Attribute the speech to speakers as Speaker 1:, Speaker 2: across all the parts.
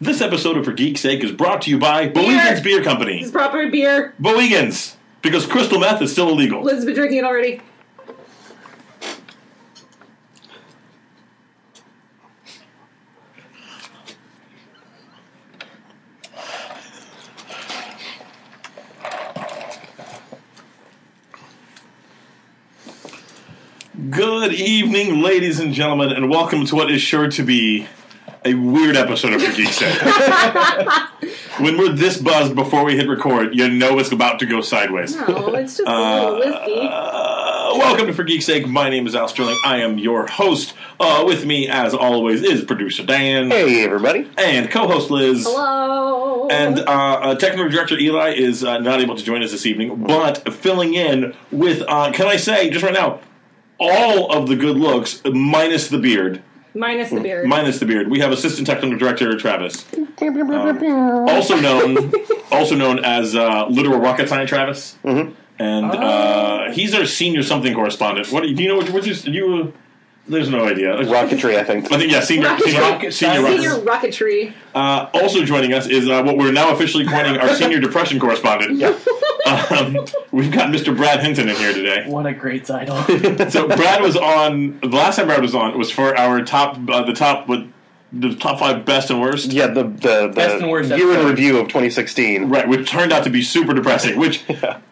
Speaker 1: This episode of For Geek's Sake is brought to you by Boeingans Beer Company.
Speaker 2: This is proper beer.
Speaker 1: Boeingans, because crystal meth is still illegal.
Speaker 2: Liz's been drinking it already.
Speaker 1: Good evening, ladies and gentlemen, and welcome to what is sure to be a weird episode of For Geek's Sake. when we're this buzzed before we hit record, you know it's about to go sideways.
Speaker 2: No, it's just a little whiskey.
Speaker 1: Uh, welcome to For Geek's Sake. My name is Al Sterling. I am your host. Uh, with me, as always, is producer Dan
Speaker 3: Hey, everybody.
Speaker 1: and co-host Liz.
Speaker 2: Hello.
Speaker 1: And uh, uh, technical director Eli is uh, not able to join us this evening, but filling in with, uh, can I say, just right now, all of the good looks minus the beard.
Speaker 2: minus the beer.
Speaker 1: Minus the beard. We have assistant technical director Travis,
Speaker 4: Um,
Speaker 1: also known, also known as uh, literal rocket science Travis, and uh, he's our senior something correspondent. What do you know? What, what's your, you? There's no idea.
Speaker 3: Rocketry, I think.
Speaker 1: I think yeah, senior,
Speaker 2: Rocket
Speaker 1: senior,
Speaker 2: rocket
Speaker 1: senior, rocket-
Speaker 2: Senior rocketry.
Speaker 1: uh, also joining us is uh, what we're now officially coining our senior depression correspondent.
Speaker 3: Yeah.
Speaker 1: Um, we've got Mr. Brad Hinton in here today.
Speaker 4: What a great title.
Speaker 1: So Brad was on the last time Brad was on was for our top uh, the top what the top five best and worst.
Speaker 3: Yeah, the, the, the
Speaker 4: Best and worst
Speaker 3: year in
Speaker 4: episode.
Speaker 3: review of 2016.
Speaker 1: Right, which turned out to be super depressing. Which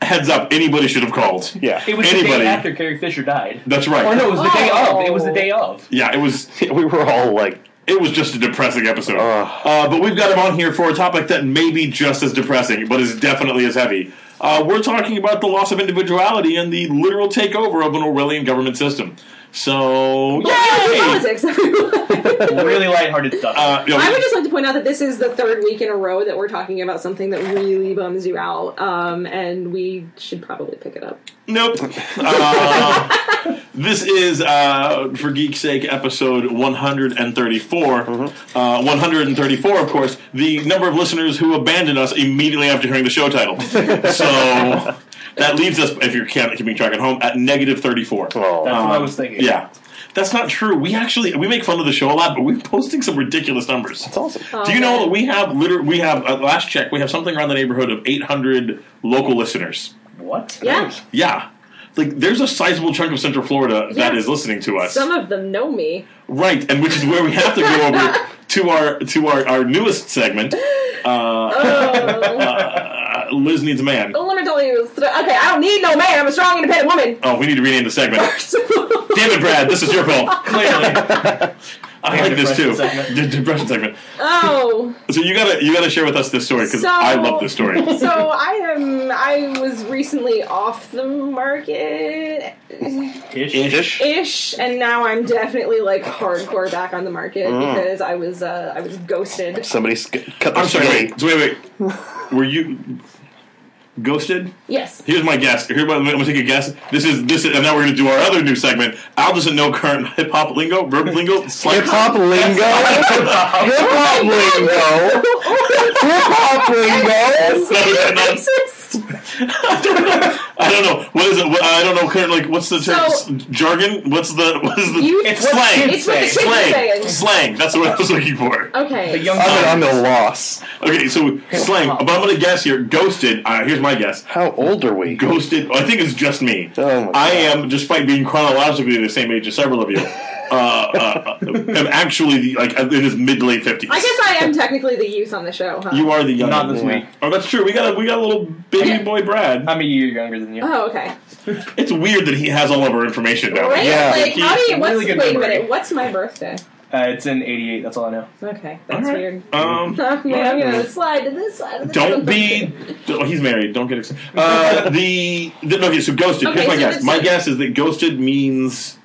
Speaker 1: heads up, anybody should have called.
Speaker 3: Yeah.
Speaker 4: It was the
Speaker 1: Anybody.
Speaker 4: day after Carrie Fisher died.
Speaker 1: that's right.
Speaker 4: Or no, it was the day
Speaker 2: Oh.
Speaker 4: of. It was the day of.
Speaker 1: Yeah, it was
Speaker 3: We were all like,
Speaker 1: it was just a depressing episode.
Speaker 3: Ugh.
Speaker 1: Uh, but we've got him on here for a topic that may be just as depressing, but is definitely as heavy. Uh, we're talking about the loss of individuality and the literal takeover of an Orwellian government system. So, yay!
Speaker 2: Politics. everyone.
Speaker 4: really lighthearted stuff.
Speaker 1: Oh. Uh, you know,
Speaker 2: I would just like to point out that this is the third week in a row that we're talking about something that really bums you out, um, and we should probably pick it up.
Speaker 1: Nope. Uh, this is, uh, for geek's sake, episode 134. Uh, 134, of course, the number of listeners who abandoned us immediately after hearing the show title. so that leaves us, if you're count- keeping track at home, at negative 34.
Speaker 3: oh.
Speaker 4: That's what I was thinking.
Speaker 1: um, Yeah. That's not true. We actually we make fun of the show a lot, but we're posting some ridiculous numbers.
Speaker 3: That's awesome.
Speaker 2: Um,
Speaker 1: Do you know that we have liter- we have at last check we have something around the neighborhood of 800 local listeners.
Speaker 4: What?
Speaker 2: Yeah.
Speaker 1: Yeah. Like, there's a sizable chunk of Central Florida that
Speaker 2: Yeah.
Speaker 1: is listening to us,
Speaker 2: Some of them know me.
Speaker 1: right? And which is where we have to go over to our to our, our newest segment.
Speaker 2: Oh.
Speaker 1: Uh, Liz needs a man.
Speaker 2: Well, let me tell you. Okay, I don't need no man. I'm a strong, independent woman.
Speaker 1: Oh, we need to rename the segment. Damn it, Brad! This is your fault.
Speaker 4: Clearly.
Speaker 1: I like this too.
Speaker 4: Depression segment.
Speaker 1: The depression segment.
Speaker 2: oh.
Speaker 1: So you gotta you gotta share with us this story because
Speaker 2: So-
Speaker 1: I love this story.
Speaker 2: so I am. I was recently off the market
Speaker 4: Ish.
Speaker 1: Ish.
Speaker 2: ish, and now I'm definitely like hardcore back on the market because I was uh, I was ghosted.
Speaker 3: Somebody sc- cut the
Speaker 1: I'm sorry.
Speaker 3: spaghetti.
Speaker 1: Wait, so wait, wait. Were you ghosted?
Speaker 2: Yes.
Speaker 1: Here's my guess. Here's my, I'm gonna take a guess. This is this, is, and now we're gonna do our other new segment. Al doesn't know current hip hop lingo, verb lingo. slang.
Speaker 3: Hip hop lingo. Hip hop lingo. Hip hop
Speaker 1: No,
Speaker 3: lingo.
Speaker 1: no, no.
Speaker 2: Racist.
Speaker 1: I don't know. What is it? What, I don't know current. Like, what's the term?
Speaker 2: So-
Speaker 1: jargon? What's the? What is the?
Speaker 2: You-
Speaker 1: it's
Speaker 2: It's what
Speaker 1: slang.
Speaker 2: It's what the kids are
Speaker 1: slang.
Speaker 2: saying.
Speaker 1: Slang. That's what I was looking for.
Speaker 2: Okay.
Speaker 4: The young
Speaker 3: I'm at a loss.
Speaker 1: Okay, so slang. But I'm gonna guess here. Ghosted. Uh, here's my guess.
Speaker 3: How old are we?
Speaker 1: Ghosted. I think it's just me.
Speaker 3: Oh my
Speaker 1: I am, despite being chronologically the same age as several of you, uh, uh, am actually the, like in his mid to late fifties.
Speaker 2: I guess I am technically the youth on the show, huh?
Speaker 1: You are the young.
Speaker 4: Not this
Speaker 3: Yeah.
Speaker 4: week.
Speaker 1: Oh, that's true. We got a we got a little baby boy Brad.
Speaker 4: I'm a year younger than you.
Speaker 2: Oh, okay.
Speaker 1: It's weird that he has all of our information now.
Speaker 2: Right?
Speaker 3: Yeah.
Speaker 2: Like, how do you?
Speaker 4: Really
Speaker 2: What's,
Speaker 4: good
Speaker 2: wait
Speaker 4: memory.
Speaker 2: a minute. What's my birthday?
Speaker 4: Uh, it's in 88. That's all I know.
Speaker 2: Okay,
Speaker 1: All
Speaker 2: that's
Speaker 1: right.
Speaker 2: weird.
Speaker 1: Um,
Speaker 2: Okay, I'm gonna slide to this side. Of the
Speaker 1: don't be. Oh, he's married. Don't get excited. Uh, the, the okay. So ghosted.
Speaker 2: Okay,
Speaker 1: Here's my
Speaker 2: so
Speaker 1: guess.
Speaker 2: it's-
Speaker 1: My guess is that ghosted means.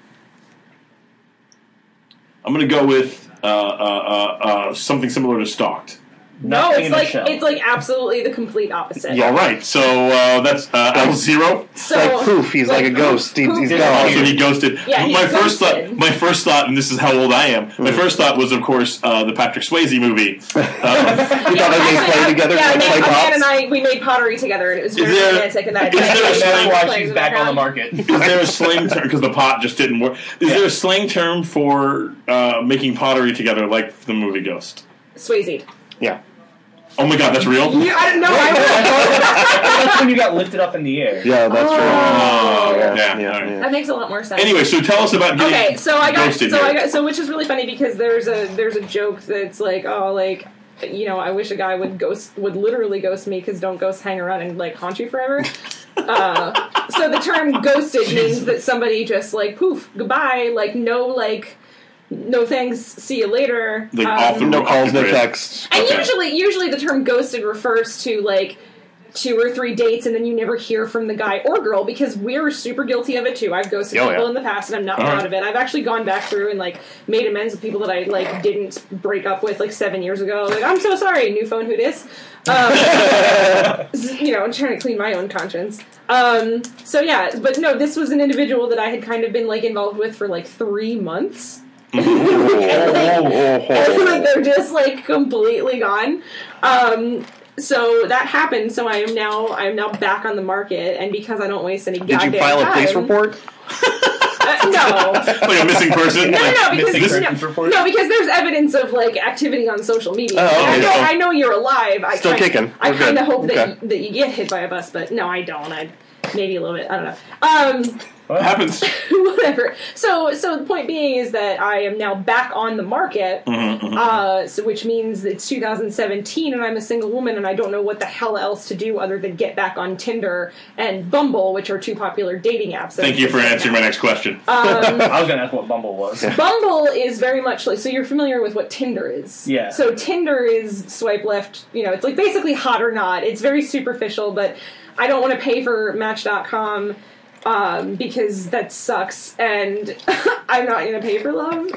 Speaker 1: I'm gonna go with uh, uh, uh, uh, something similar to stalked.
Speaker 2: No,
Speaker 4: Nothing
Speaker 2: it's
Speaker 4: in a
Speaker 2: like
Speaker 4: shell.
Speaker 2: it's like absolutely the complete opposite.
Speaker 1: All right. So uh, that's uh, Al zero.
Speaker 2: So,
Speaker 3: Like poof, he's like a ghost. He- he's
Speaker 2: poof.
Speaker 3: gone.
Speaker 1: Oh, so he ghosted.
Speaker 2: Yeah, he
Speaker 1: my first thought,
Speaker 2: ghosted.
Speaker 1: my first thought, and this is how old I am.
Speaker 3: Mm.
Speaker 1: My first thought was, of course, uh, the Patrick Swayze movie. Uh,
Speaker 3: We thought they
Speaker 2: Actually,
Speaker 3: played
Speaker 2: I-
Speaker 3: together.
Speaker 2: Yeah, I
Speaker 3: like
Speaker 2: made,
Speaker 3: play
Speaker 2: a man
Speaker 3: pots.
Speaker 2: and I we made pottery together, and it was very
Speaker 1: there-
Speaker 2: romantic. And that
Speaker 1: is there a
Speaker 4: That's
Speaker 1: slang
Speaker 4: why she's back on the market.
Speaker 1: is there a slang term? Because the pot just didn't work. Is there a slang term for uh, making pottery together, like the movie Ghost?
Speaker 2: Swayze.
Speaker 3: Yeah.
Speaker 1: Oh my god, that's real?
Speaker 2: You, I don't know. I,
Speaker 4: That's when you got lifted up in the air.
Speaker 3: Yeah, that's right.
Speaker 1: Oh,
Speaker 3: Yeah,
Speaker 1: yeah.
Speaker 3: yeah,
Speaker 1: all right.
Speaker 3: yeah.
Speaker 2: that makes a lot more sense.
Speaker 1: Anyway, so tell us about getting
Speaker 2: okay so i got so
Speaker 1: ghosted
Speaker 2: i
Speaker 1: here.
Speaker 2: got so which is really funny because there's a there's a joke that's like oh like you know i wish a guy would ghost would literally ghost me because don't ghosts hang around and like haunt you forever uh, so the term ghosted means that somebody just like poof goodbye like no like no thanks see you later
Speaker 1: Like,
Speaker 2: Um,
Speaker 1: off the
Speaker 3: No
Speaker 1: road,
Speaker 3: calls,
Speaker 1: off the
Speaker 3: no
Speaker 1: grid.
Speaker 3: texts.
Speaker 2: and
Speaker 1: Okay.
Speaker 2: usually, usually the term ghosted refers to like two or three dates, and then you never hear from the guy or girl because we're super guilty of it too. I've ghosted
Speaker 3: Oh,
Speaker 2: people
Speaker 3: yeah.
Speaker 2: in the past, and I'm not
Speaker 1: All
Speaker 2: proud
Speaker 1: right.
Speaker 2: of it. I've actually gone back through and like made amends with people that I like didn't break up with like seven years ago. Like I'm so sorry, new phone, who dis? Um, you know, I'm trying to clean my own conscience. Um, so yeah, but no, this was an individual that I had kind of been like involved with for like three months.
Speaker 3: Oh,
Speaker 2: like they're just like completely gone. Um, so that happened. So I am now I am now back on the market, and because I don't waste any
Speaker 3: Did
Speaker 2: goddamn
Speaker 3: you file a
Speaker 2: time,
Speaker 3: police report?
Speaker 2: Uh, no.
Speaker 1: Like a missing person.
Speaker 2: No, no, no, because
Speaker 4: Missing
Speaker 2: no,
Speaker 4: persons report?
Speaker 2: no, because there's evidence of like activity on social media.
Speaker 3: Oh, okay,
Speaker 2: I, know,
Speaker 3: so-
Speaker 2: I know you're alive. I
Speaker 3: Still
Speaker 2: kinda,
Speaker 3: kicking.
Speaker 2: I
Speaker 3: We're good.
Speaker 2: kind of hope
Speaker 3: Okay.
Speaker 2: that you, that you get hit by a bus, but no, I don't. I maybe a little bit. I don't know. Um,
Speaker 1: It happens.
Speaker 2: whatever. So, so the point being is that I am now back on the market,
Speaker 1: Mm-hmm,
Speaker 2: uh, so which means it's 2017, and I'm a single woman, and I don't know what the hell else to do other than get back on Tinder and Bumble, which are two popular dating apps. that
Speaker 1: Thank you for
Speaker 2: exist
Speaker 1: answering
Speaker 2: right
Speaker 1: my
Speaker 2: now.
Speaker 1: next question.
Speaker 2: Uh,
Speaker 4: I was gonna ask what Bumble was.
Speaker 2: Bumble is very much like so you're familiar with what Tinder is.
Speaker 4: Yeah.
Speaker 2: So Tinder is swipe left, you know, it's like basically hot or not. It's very superficial, but I don't want to pay for match.com um, because that sucks and I'm not going to pay for love.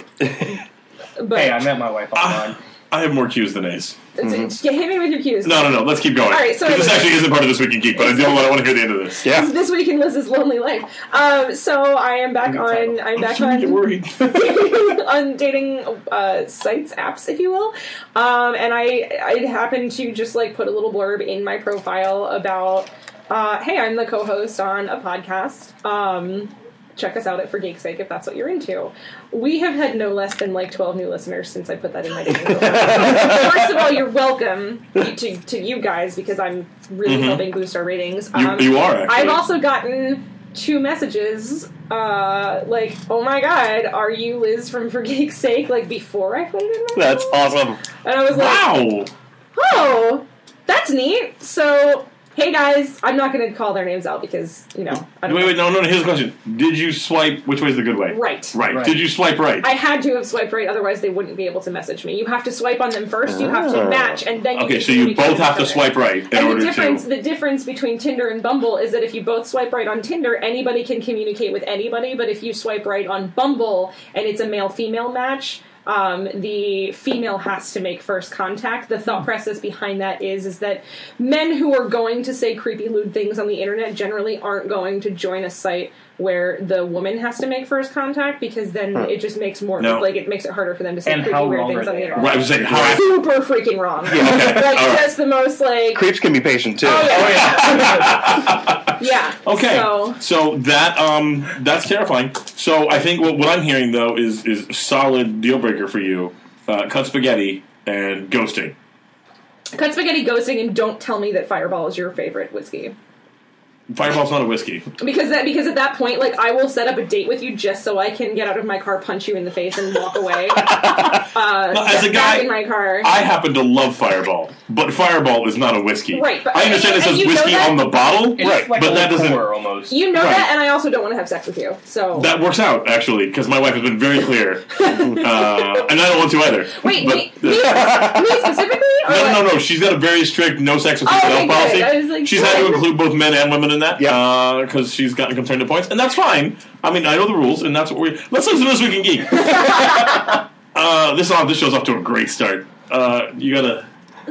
Speaker 2: But
Speaker 4: Hey, Mm-hmm. I met my wife
Speaker 1: Ah.
Speaker 4: online.
Speaker 1: I have more cues than A's.
Speaker 2: it's- it's- yeah, hit me with your cues.
Speaker 1: No, no, no. Let's keep going.
Speaker 2: All right, so
Speaker 1: 'Cause this
Speaker 2: anyway.
Speaker 1: actually isn't part of this week in geek, but I do want. I want to hear the end of this.
Speaker 3: Yeah.
Speaker 2: This week in Liz's lonely life. Um, so I am back on. I'm back
Speaker 1: So we get
Speaker 2: on.
Speaker 1: worried.
Speaker 2: on dating uh, sites, apps, if you will. Um, and I, I happened to just like put a little blurb in my profile about, uh, hey, I'm the co-host on a podcast. Um, check us out at For Geek's Sake if that's what you're into. We have had no less than like 12 new listeners since I put that in my dating profile. First of all, you're welcome to, to you guys because I'm really helping boost our ratings.
Speaker 1: Mm-hmm.
Speaker 2: Um,
Speaker 1: You- you are, actually.
Speaker 2: I've also gotten two messages uh like oh my god are you liz from for geek's sake like before i played it in my
Speaker 3: That's
Speaker 2: phone?
Speaker 3: awesome.
Speaker 2: and i was like
Speaker 1: wow.
Speaker 2: oh that's neat so hey guys i'm not gonna call their names out because you know i don't
Speaker 1: Wait,
Speaker 2: know.
Speaker 1: wait, no, no. Here's the question: Did you swipe? Which way's the good way?
Speaker 2: right
Speaker 1: Right.
Speaker 4: Right.
Speaker 1: Did you swipe right?
Speaker 2: i had to have swiped right otherwise they wouldn't be able to message me you have to swipe on them first you have to match and then
Speaker 1: Oh. okay,
Speaker 2: can
Speaker 1: so you
Speaker 2: communicate
Speaker 1: both have to
Speaker 2: with each other.
Speaker 1: swipe right in
Speaker 2: and
Speaker 1: order
Speaker 2: the difference,
Speaker 1: to.
Speaker 2: the difference between Tinder and Bumble is that if you both swipe right on Tinder, anybody can communicate with anybody. But if you swipe right on Bumble and it's a male-female match, um, the female has to make first contact. The thought process behind that is is that men who are going to say creepy, lewd things on the internet generally aren't going to join a site where the woman has to make first contact because then it just makes more
Speaker 1: Hmm. No.
Speaker 2: like it makes it harder for them to say
Speaker 4: And
Speaker 2: creepy,
Speaker 4: how
Speaker 2: weird
Speaker 4: wrong
Speaker 2: things
Speaker 4: are
Speaker 2: on the
Speaker 4: they?
Speaker 2: internet.
Speaker 1: Right. I was saying how.
Speaker 2: Super freaking wrong. like
Speaker 1: all right.
Speaker 2: just the most like
Speaker 3: Creeps can be patient too.
Speaker 2: Oh, yeah.
Speaker 4: yeah.
Speaker 2: Yeah.
Speaker 1: Okay,
Speaker 2: So,
Speaker 1: so, that um that's terrifying. So I think what, what I'm hearing though is is solid deal breaker for you: uh, cut spaghetti and ghosting.
Speaker 2: cut spaghetti ghosting and don't tell me that Fireball is your favorite whiskey.
Speaker 1: Fireball's not a whiskey.
Speaker 2: Because that because at that point, like I will set up a date with you just so I can get out of my car, punch you in the face, and walk away. uh,
Speaker 1: As a guy-
Speaker 2: get back in my car.
Speaker 1: I happen to love Fireball, but Fireball is not a whiskey.
Speaker 2: Right, but-
Speaker 1: I understand it
Speaker 2: and-
Speaker 1: says
Speaker 2: and you know
Speaker 1: whiskey
Speaker 2: that?
Speaker 1: on the bottle,
Speaker 4: It's
Speaker 3: Right,
Speaker 4: like
Speaker 1: but
Speaker 4: a
Speaker 1: that doesn't-
Speaker 4: liqueur almost.
Speaker 2: you know
Speaker 1: right.
Speaker 2: that, and I also don't want to have sex with you. So
Speaker 1: That works out actually because my wife has been very clear, uh, and I don't want to either.
Speaker 2: wait,
Speaker 1: but,
Speaker 2: me, me, me specifically? Or
Speaker 1: No,
Speaker 2: what?
Speaker 1: no, no. She's got a very strict no sex with
Speaker 2: Oh,
Speaker 1: yourself
Speaker 2: okay, good.
Speaker 1: policy.
Speaker 2: I was like,
Speaker 1: she's had to
Speaker 2: good.
Speaker 1: include both men and women in that
Speaker 3: Yeah.
Speaker 1: because she's gotten concerned at points, and that's fine. I mean, I know the rules, and that's what we. Let's listen to this week in geek. uh, this off. This show's off to a great start. Uh, you gotta.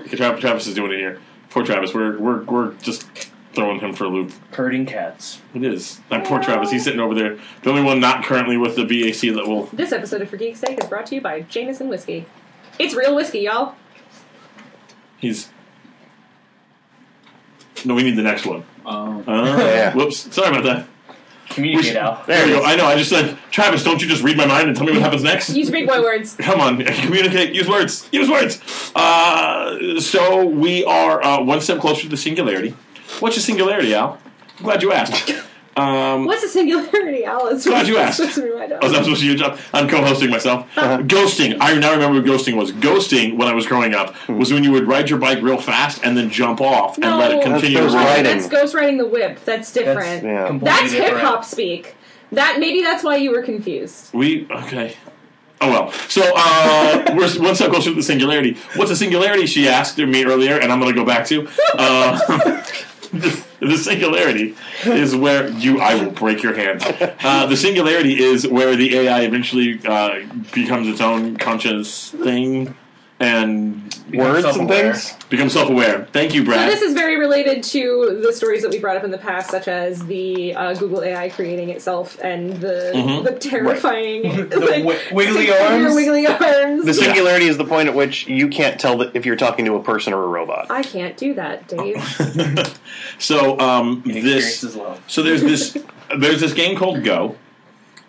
Speaker 1: Travis, Travis is doing it here. Poor Travis. We're we're we're just throwing him for a loop.
Speaker 4: Herding cats.
Speaker 1: It is. Not poor Travis. He's sitting over there. The only one not currently with the BAC that will.
Speaker 2: This episode of For Geek's Sake is brought to you by Jameson Whiskey. It's real whiskey, y'all.
Speaker 1: He's. No, we need the next one.
Speaker 5: Um,
Speaker 1: Uh,
Speaker 3: Yeah.
Speaker 1: Whoops. Sorry about that.
Speaker 4: communicate out.
Speaker 1: There you go. I know. I just said, Travis, don't you just read my mind and tell me what happens next?
Speaker 2: Use big boy words.
Speaker 1: Come on, communicate. Use words. Use words. Uh, so we are uh, one step closer to the singularity. What's a singularity, Al? I'm glad you asked. Um,
Speaker 2: What's a singularity, Alice?
Speaker 1: Glad you asked.
Speaker 2: Supposed to be my dog.
Speaker 1: Oh, is that supposed to be your job? I'm co-hosting myself. Ghosting. I now remember what ghosting was. Ghosting, when I was growing up, was when you would ride your bike real fast and then jump off and
Speaker 2: No.
Speaker 1: let it
Speaker 2: That's
Speaker 1: continue
Speaker 3: those
Speaker 1: riding.
Speaker 3: riding.
Speaker 2: That's ghost riding the whip. That's
Speaker 4: That's
Speaker 2: different.
Speaker 3: Yeah.
Speaker 4: completely
Speaker 2: That's hip
Speaker 4: different.
Speaker 2: hop speak. That maybe that's why you were confused.
Speaker 1: We okay. Oh well. So uh, we're one step closer to the singularity. What's a singularity? She asked me earlier, and I'm going to go back to. Uh, the, the singularity is where you. I will break your hand. Uh, the singularity is where the AI eventually uh, becomes its own conscious thing and
Speaker 4: Become
Speaker 3: Words and
Speaker 4: self-aware.
Speaker 3: things?
Speaker 1: becomes self-aware. Thank you,
Speaker 2: So
Speaker 1: Brad.
Speaker 2: this is very related to the stories that we brought up in the past, such as the uh, Google AI creating itself and the
Speaker 1: Mhm.
Speaker 2: the terrifying
Speaker 4: The
Speaker 2: like,
Speaker 4: wi- wiggly
Speaker 2: six-finger
Speaker 4: arms?
Speaker 2: wiggly arms.
Speaker 3: The singularity is the point at which you can't tell that if you're talking to a person or a robot.
Speaker 2: I can't do that, Dave.
Speaker 1: so um,
Speaker 4: Experience
Speaker 1: this.
Speaker 4: is love.
Speaker 1: So there's this. There's this game called Go,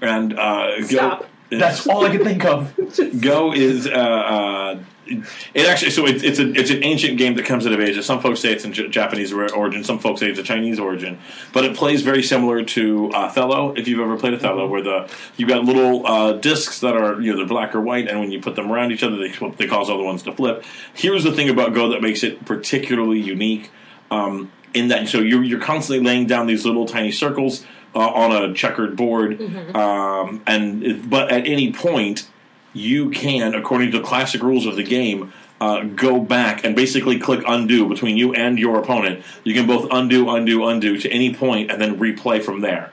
Speaker 1: and uh, Go.
Speaker 2: Stop.
Speaker 4: That's all I could think of.
Speaker 1: Go is uh, uh, it actually so it's it's, a, it's an ancient game that comes out of Asia. Some folks say it's in J- Japanese or- origin. Some folks say it's a Chinese origin, but it plays very similar to Othello. If you've ever played Othello, where the you've got little uh, discs that are you know they're black or white, and when you put them around each other, they they cause other ones to flip. Here's the thing about Go that makes it particularly unique. Um, in that, so you're you're constantly laying down these little tiny circles uh, on a checkered board, um, and it- but at any point you can, according to the classic rules of the game, uh, go back and basically click undo between you and your opponent. You can both undo, undo, undo to any point, and then replay from there.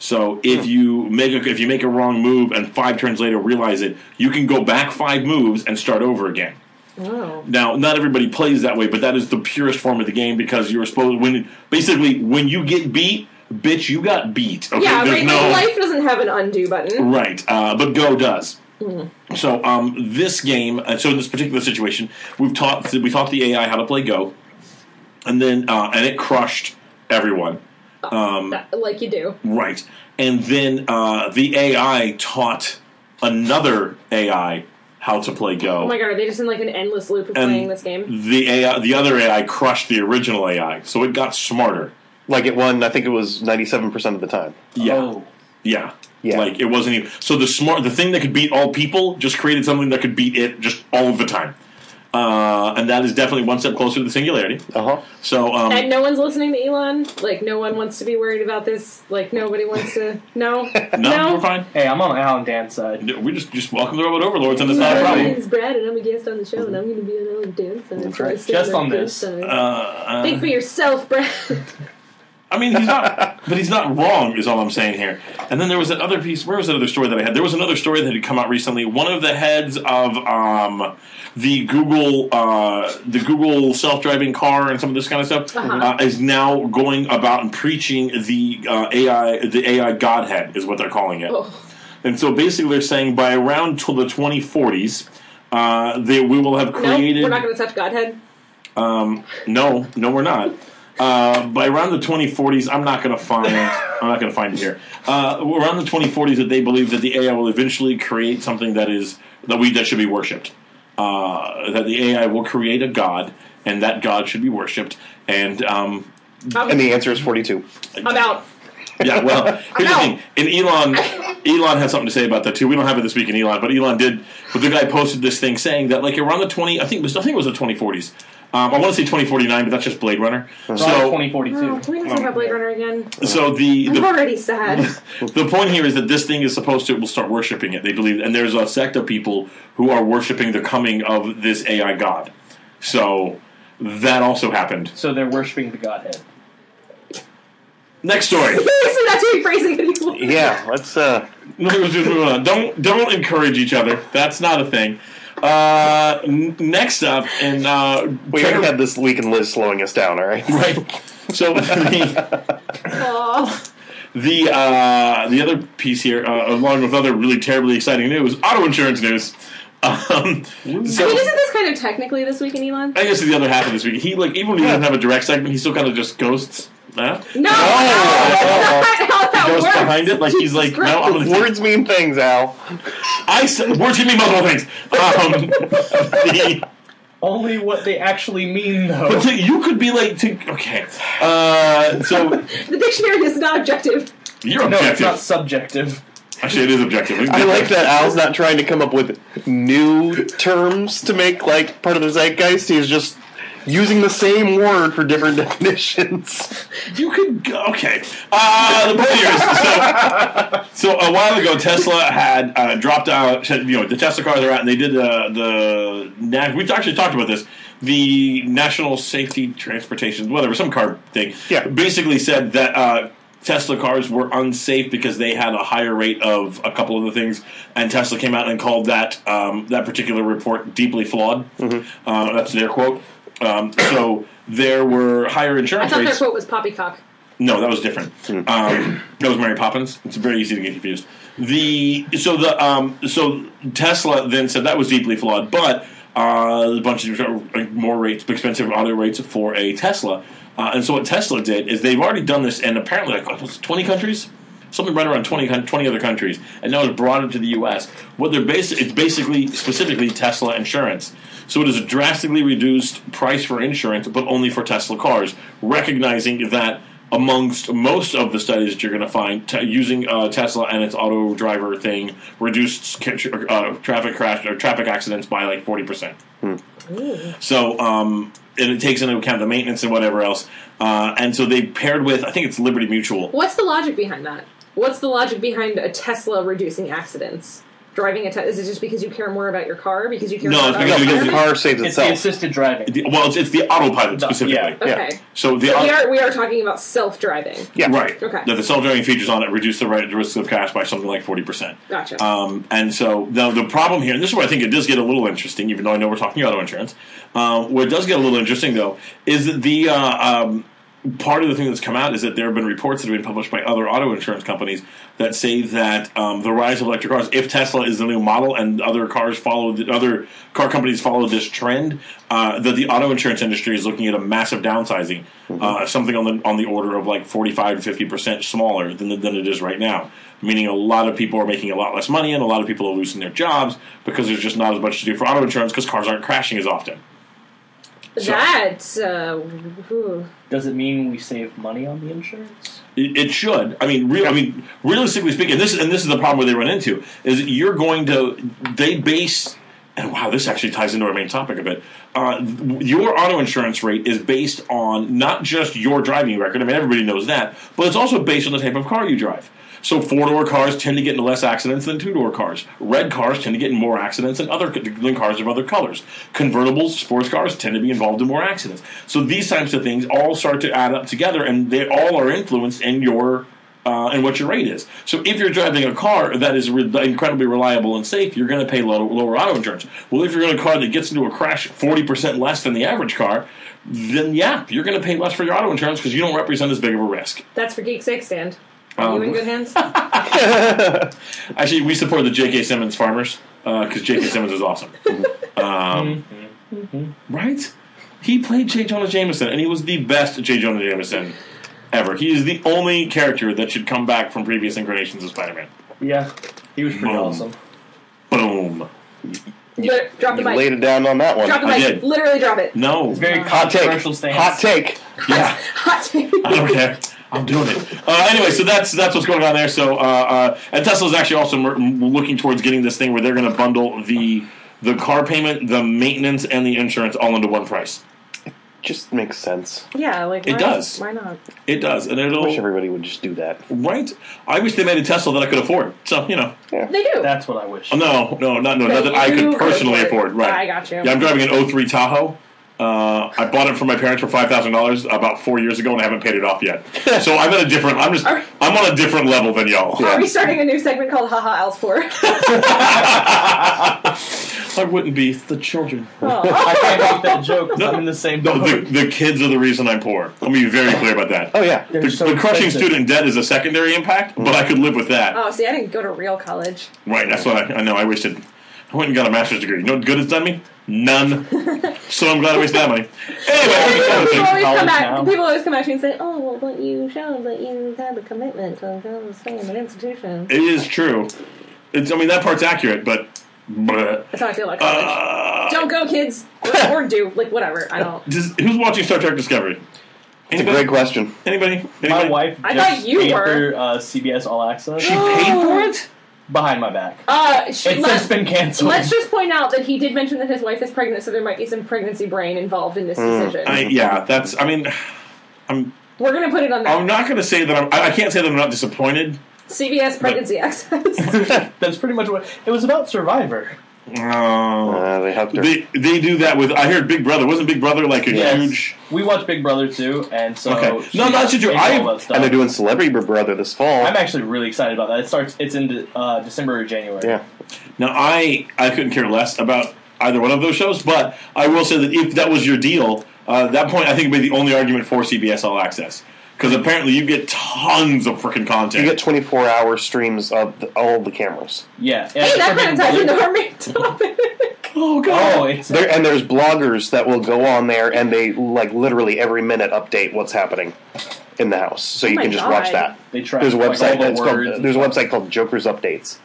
Speaker 1: So if
Speaker 2: Hmm.
Speaker 1: you make a, if you make a wrong move and five turns later realize it, you can go back five moves and start over again.
Speaker 2: Oh.
Speaker 1: Now, not everybody plays that way, but that is the purest form of the game because you're supposed when basically when you get beat, bitch, you got beat. Okay,
Speaker 2: Yeah,
Speaker 1: there's
Speaker 2: right.
Speaker 1: no
Speaker 2: like, life doesn't have an undo button.
Speaker 1: Right, uh, but Go does.
Speaker 2: Mm-hmm.
Speaker 1: So um, this game, uh, so in this particular situation, we've taught we taught the AI how to play Go, and then uh, and it crushed everyone.
Speaker 2: That- like you do.
Speaker 1: Right, and then uh, the AI taught another AI how to play Go.
Speaker 2: Oh my god, are they just in like an endless loop of
Speaker 1: and
Speaker 2: playing this game?
Speaker 1: The AI, the other AI crushed the original AI, so it got smarter.
Speaker 3: Like it won, I think it was 97% of the time.
Speaker 1: Yeah.
Speaker 4: Oh.
Speaker 1: Yeah.
Speaker 3: Yeah.
Speaker 1: Like it wasn't even so the smart the thing that could beat all people just created something that could beat it just all of the time. Uh, and that is definitely one step closer to the singularity.
Speaker 3: Uh huh.
Speaker 1: So um,
Speaker 2: And no one's listening to Elon. Like no one wants to be worried about this. Like nobody wants to. No,
Speaker 1: no, we're fine.
Speaker 4: Hey, I'm on Alan Dan's side.
Speaker 1: We just just welcome the robot overlords, and it's not a
Speaker 2: My name
Speaker 1: problem.
Speaker 2: is Brad, and I'm a guest on the show, and I'm going to be on Ellen Dance. And
Speaker 3: right.
Speaker 4: Just on this.
Speaker 1: Uh, uh,
Speaker 2: Think for yourself, Brad.
Speaker 1: I mean, he's not, but he's not wrong, is all I'm saying here. And then there was that other piece. Where was that other story that I had? There was another story that had come out recently. One of the heads of um, the Google, uh, the Google self-driving car, and some of this kind of stuff uh
Speaker 2: Uh-huh.
Speaker 1: is now going about and preaching the uh, AI, the AI Godhead, is what they're calling it.
Speaker 2: Oh.
Speaker 1: And so basically, they're saying by around till the 2040s, uh, they, we will have
Speaker 2: no,
Speaker 1: created.
Speaker 2: we're not going to touch Godhead.
Speaker 1: No, no, we're not. Uh, by around the 2040s, I'm not going to find. I'm not going to find it here. Uh, around the 2040s, that they believe that the AI will eventually create something that is that we that should be worshipped. Uh, that the AI will create a god, and that god should be worshipped. And um,
Speaker 2: I'm,
Speaker 3: And the answer is 42.
Speaker 2: I'm out.
Speaker 1: yeah, well, here's the
Speaker 2: out.
Speaker 1: thing. And Elon, Elon had something to say about that too. We don't have it this week in Elon, but Elon did. But the guy posted this thing saying that like around the 20, I think it was, I think it was the 2040s. Um, I want to say 2049, but that's just Blade Runner.
Speaker 4: So,
Speaker 1: So,
Speaker 4: 2042.
Speaker 2: Oh, can we not talk about Blade Runner again?
Speaker 1: so the,
Speaker 2: I'm
Speaker 1: the
Speaker 2: already sad.
Speaker 1: the point here is that this thing is supposed to will start worshiping it. They believe, and there's a sect of people who are worshiping the coming of this AI god. So that also happened.
Speaker 4: So they're worshiping the Godhead.
Speaker 1: Next story.
Speaker 2: Seriously, that's how you phrase it anymore.
Speaker 3: Yeah, let's, uh,
Speaker 1: Let's just move on. Don't don't encourage each other. That's not a thing. Uh, n- next up, and uh,
Speaker 3: we already had this leak and Liz slowing us down, all right?
Speaker 1: right. So the,
Speaker 2: Aw.
Speaker 1: The uh, the other piece here, uh, along with other really terribly exciting news, auto insurance news. Um,
Speaker 2: I
Speaker 1: so
Speaker 2: mean, isn't this kind of technically this week in Elon?
Speaker 1: I guess the other half of this week, he like even when he doesn't have a direct segment, he still kind of just ghosts. Huh?
Speaker 2: No, no, that's not how that how
Speaker 1: Oh!
Speaker 2: it
Speaker 1: ghost
Speaker 2: works.
Speaker 1: behind it. Like he's
Speaker 2: Jesus
Speaker 1: like,
Speaker 2: Christ.
Speaker 1: no, I'm gonna
Speaker 3: Words mean things, Al.
Speaker 1: I said, words can mean multiple things. Um, the,
Speaker 4: Only what they actually mean,
Speaker 1: but
Speaker 4: though.
Speaker 1: to, you could be like, to, okay. Uh, so
Speaker 2: The dictionary is not objective.
Speaker 1: you're
Speaker 4: No, it's
Speaker 1: objective.
Speaker 4: not subjective.
Speaker 1: Actually, it is objective.
Speaker 3: I like that Al's not trying to come up with new terms to make like part of the zeitgeist. He's just using the same word for different definitions.
Speaker 1: You could go, okay. Uh, the point here is so, so a while ago Tesla had uh, dropped out. said, You know the Tesla cars are out, and they did the the na- we actually talked about this. The National Safety Transportation, whatever, some car thing,
Speaker 3: Yeah.
Speaker 1: basically said that uh, Tesla cars were unsafe because they had a higher rate of a couple of the things, and Tesla came out and called that um, that particular report deeply flawed. Uh, that's their quote. Um, so there were higher
Speaker 2: I
Speaker 1: insurance
Speaker 2: thought their
Speaker 1: rates.
Speaker 2: quote was poppycock.
Speaker 1: No, that was different. Um, that was Mary Poppins. It's very easy to get confused. The so the um, so Tesla then said that was deeply flawed, but uh, a bunch of uh, more rates, expensive auto rates for a Tesla. Uh, and so what Tesla did is they've already done this, and apparently like what was it, twenty countries, something right around 20, coun- 20 other countries, and now it's brought into the U.S. What they're basic, it's basically specifically Tesla insurance. So it is a drastically reduced price for insurance, but only for Tesla cars, recognizing that amongst most of the studies that you're going to find, t- using uh, Tesla and its auto driver thing reduced ca- tr- uh, traffic crash or traffic accidents by like forty percent. So, um, and it takes into account the maintenance and whatever else. Uh, and so they paired with, I think it's Liberty Mutual.
Speaker 2: What's the logic behind that? What's the logic behind a Tesla reducing accidents? Driving a Tesla is it just because you care more about your car? Because you care
Speaker 1: No,
Speaker 2: more
Speaker 1: it's
Speaker 2: about
Speaker 1: because-
Speaker 2: your
Speaker 1: because
Speaker 3: the
Speaker 2: environment?
Speaker 3: car saves
Speaker 4: It's the
Speaker 3: itself.
Speaker 4: assisted driving.
Speaker 1: The- well, it's, it's the autopilot
Speaker 4: No,
Speaker 1: specifically.
Speaker 4: yeah.
Speaker 3: yeah.
Speaker 2: Okay,
Speaker 1: So the
Speaker 2: we
Speaker 1: auto-
Speaker 2: are we are talking about self driving.
Speaker 3: Yeah.
Speaker 1: right
Speaker 2: Okay.
Speaker 1: that the self driving features on it reduce the ri- the risk of crash by something like forty percent.
Speaker 2: Gotcha.
Speaker 1: Um, and so the, the problem here, and this is where I think it does get a little interesting, even though I know we're talking auto insurance. Uh, where it does get a little interesting, though, is that the uh, um, part of the thing that's come out is that there have been reports that have been published by other auto insurance companies that say that um, the rise of electric cars, if Tesla is the new model and other cars follow, the, other car companies follow this trend, uh, that the auto insurance industry is looking at a massive downsizing, uh, something on the on the order of like forty five to fifty percent smaller than than it is right now. Meaning a lot of people are making a lot less money and a lot of people are losing their jobs because there's just not as much to do for auto insurance because cars aren't crashing as often.
Speaker 2: that uh, ooh.
Speaker 4: Does it mean we save money on the insurance?
Speaker 1: It, it should. I mean, real. I mean, realistically speaking, this and this is the problem where they run into is that you're going to they base. And wow, this actually ties into our main topic a bit. Uh, your auto insurance rate is based on not just your driving record. I mean, everybody knows that, but it's also based on the type of car you drive. So four door cars tend to get into less accidents than two door cars. Red cars tend to get in more accidents than other than cars of other colors. Convertibles, sports cars tend to be involved in more accidents. So these types of things all start to add up together, and they all are influenced in your uh, and what your rate is. So if you're driving a car that is re- incredibly reliable and safe, you're going to pay low- lower auto insurance. Well, if you're in a car that gets into a crash 40% less than the average car, then yeah, you're going to pay less for your auto insurance because you don't represent as big of a risk.
Speaker 2: that's for geek sake stand. Are
Speaker 1: Um,
Speaker 2: you in good hands?
Speaker 1: Actually, we support the J.K. Simmons farmers uh, because J.K. Simmons is awesome. Um,
Speaker 4: Mm-hmm.
Speaker 1: right? He played J. Jonah Jameson, and he was the best J. Jonah Jameson ever. He is the only character that should come back from previous incarnations of Spider Man.
Speaker 4: Yeah, he was pretty
Speaker 1: Boom.
Speaker 4: awesome.
Speaker 1: Boom.
Speaker 2: Lit- drop the
Speaker 3: You
Speaker 2: mic.
Speaker 3: laid it down on that one.
Speaker 2: drop the
Speaker 1: I
Speaker 2: mic.
Speaker 1: did.
Speaker 2: Literally drop it.
Speaker 1: No.
Speaker 4: It's very
Speaker 3: Hot take.
Speaker 4: controversial stance.
Speaker 3: Hot take.
Speaker 1: yeah.
Speaker 2: Hot take.
Speaker 1: I don't care. I'm doing it. Uh, anyway, so that's that's what's going on there. So, uh, uh, and Tesla's actually also mer- m- looking towards getting this thing where they're going to bundle the the car payment, the maintenance, and the insurance all into one price.
Speaker 3: Just makes sense.
Speaker 2: Yeah, like
Speaker 1: It
Speaker 2: why-
Speaker 1: does.
Speaker 2: Why not?
Speaker 1: It does, and it'll
Speaker 3: I wish everybody would just do that.
Speaker 1: right. I wish they made a Tesla that I could afford. So you know,
Speaker 2: They do.
Speaker 4: That's what I wish.
Speaker 1: Oh, no, no, not no, not that I
Speaker 2: You
Speaker 1: could
Speaker 2: could
Speaker 1: personally
Speaker 2: afford
Speaker 1: afford.
Speaker 2: it.
Speaker 1: Right,
Speaker 2: I got you.
Speaker 1: Yeah, I'm driving an 03 Tahoe. Uh, I bought it from my parents for five thousand dollars about four years ago, and I haven't paid it off yet. So I'm at a different. I'm just.
Speaker 2: Are-
Speaker 1: I'm on a different level than y'all.
Speaker 2: Are we starting a new segment called Haha Al's Four?
Speaker 1: I wouldn't be the children.
Speaker 2: oh,
Speaker 4: I can't make that joke. 'cause I'm in the same
Speaker 1: No,
Speaker 4: boat.
Speaker 1: the, the kids are the reason I'm poor. Let me be very clear about that.
Speaker 3: Oh yeah.
Speaker 4: They're
Speaker 1: The,
Speaker 4: so
Speaker 1: the crushing
Speaker 4: expensive.
Speaker 1: student debt is a secondary impact, but I could live with that.
Speaker 2: Oh, see, I didn't go to real college.
Speaker 1: Right, that's what I, I know. I wasted. I went and got a master's degree. You know what good it's done me? None. so I'm glad I wasted that money. Anyway,
Speaker 2: People,
Speaker 1: other things.
Speaker 2: always
Speaker 4: College
Speaker 2: come
Speaker 4: now.
Speaker 2: at, people always come at you and say, oh, well, but you showed that you had a commitment to go to stay in an institution.
Speaker 1: it is true. It's, I mean, that part's accurate, but. bleh.
Speaker 2: That's how I feel like college.
Speaker 1: Uh,
Speaker 2: don't go, kids. Or, or do. Like, whatever. I don't.
Speaker 1: does, who's watching Star Trek Discovery?
Speaker 3: It's a
Speaker 1: Anybody?
Speaker 3: great question.
Speaker 1: Anybody?
Speaker 4: My
Speaker 1: Anybody?
Speaker 4: wife
Speaker 2: I
Speaker 4: just
Speaker 2: thought you
Speaker 4: paid
Speaker 2: were.
Speaker 4: for uh, CBS All Access
Speaker 1: She paid for it?
Speaker 4: behind my back.
Speaker 2: Uh, sh-
Speaker 4: It's
Speaker 2: let,
Speaker 4: since been canceled.
Speaker 2: us just point out that he did mention that his wife is pregnant, so there might be some pregnancy brain involved in this decision.
Speaker 1: I, yeah, that's. I mean, I'm.
Speaker 2: We're going to put it on that.
Speaker 1: I'm not going to say that I'm. I I can't say that I'm not disappointed.
Speaker 2: CVS pregnancy access.
Speaker 4: That's pretty much what it was about. Survivor.
Speaker 1: Oh.
Speaker 3: Uh, they have to.
Speaker 1: They they do that with. I heard Big Brother. Wasn't Big Brother like a huge?
Speaker 4: We watch Big Brother too, and so
Speaker 1: Okay.
Speaker 4: she
Speaker 1: No, not that you-
Speaker 4: is
Speaker 1: I-
Speaker 4: all that stuff.
Speaker 3: and they're doing Celebrity Brother this fall.
Speaker 4: I'm actually really excited about that. It starts. It's in de- uh, December or January.
Speaker 3: yeah.
Speaker 1: Now I I couldn't care less about either one of those shows, but I will say that if that was your deal, uh, at that point I think it'd be the only argument for CBS All Access because apparently you get tons of freaking
Speaker 3: You
Speaker 1: content.
Speaker 3: get 24 hour streams of the, all the cameras.
Speaker 4: Yeah. and
Speaker 2: hey,
Speaker 4: it's
Speaker 2: that
Speaker 4: for
Speaker 2: kind of
Speaker 4: Big
Speaker 2: ties
Speaker 4: Brother.
Speaker 2: into our main topic.
Speaker 1: oh
Speaker 4: Oh,
Speaker 1: god!
Speaker 4: it's
Speaker 3: There, and there's bloggers that will go on there and they like literally every minute update what's happening in the house, so you
Speaker 2: my
Speaker 3: can just
Speaker 2: God.
Speaker 3: watch that.
Speaker 4: they try.
Speaker 3: There's a
Speaker 4: like,
Speaker 3: website
Speaker 4: all the
Speaker 3: that's
Speaker 4: words
Speaker 3: called there's a website called Joker's Updates,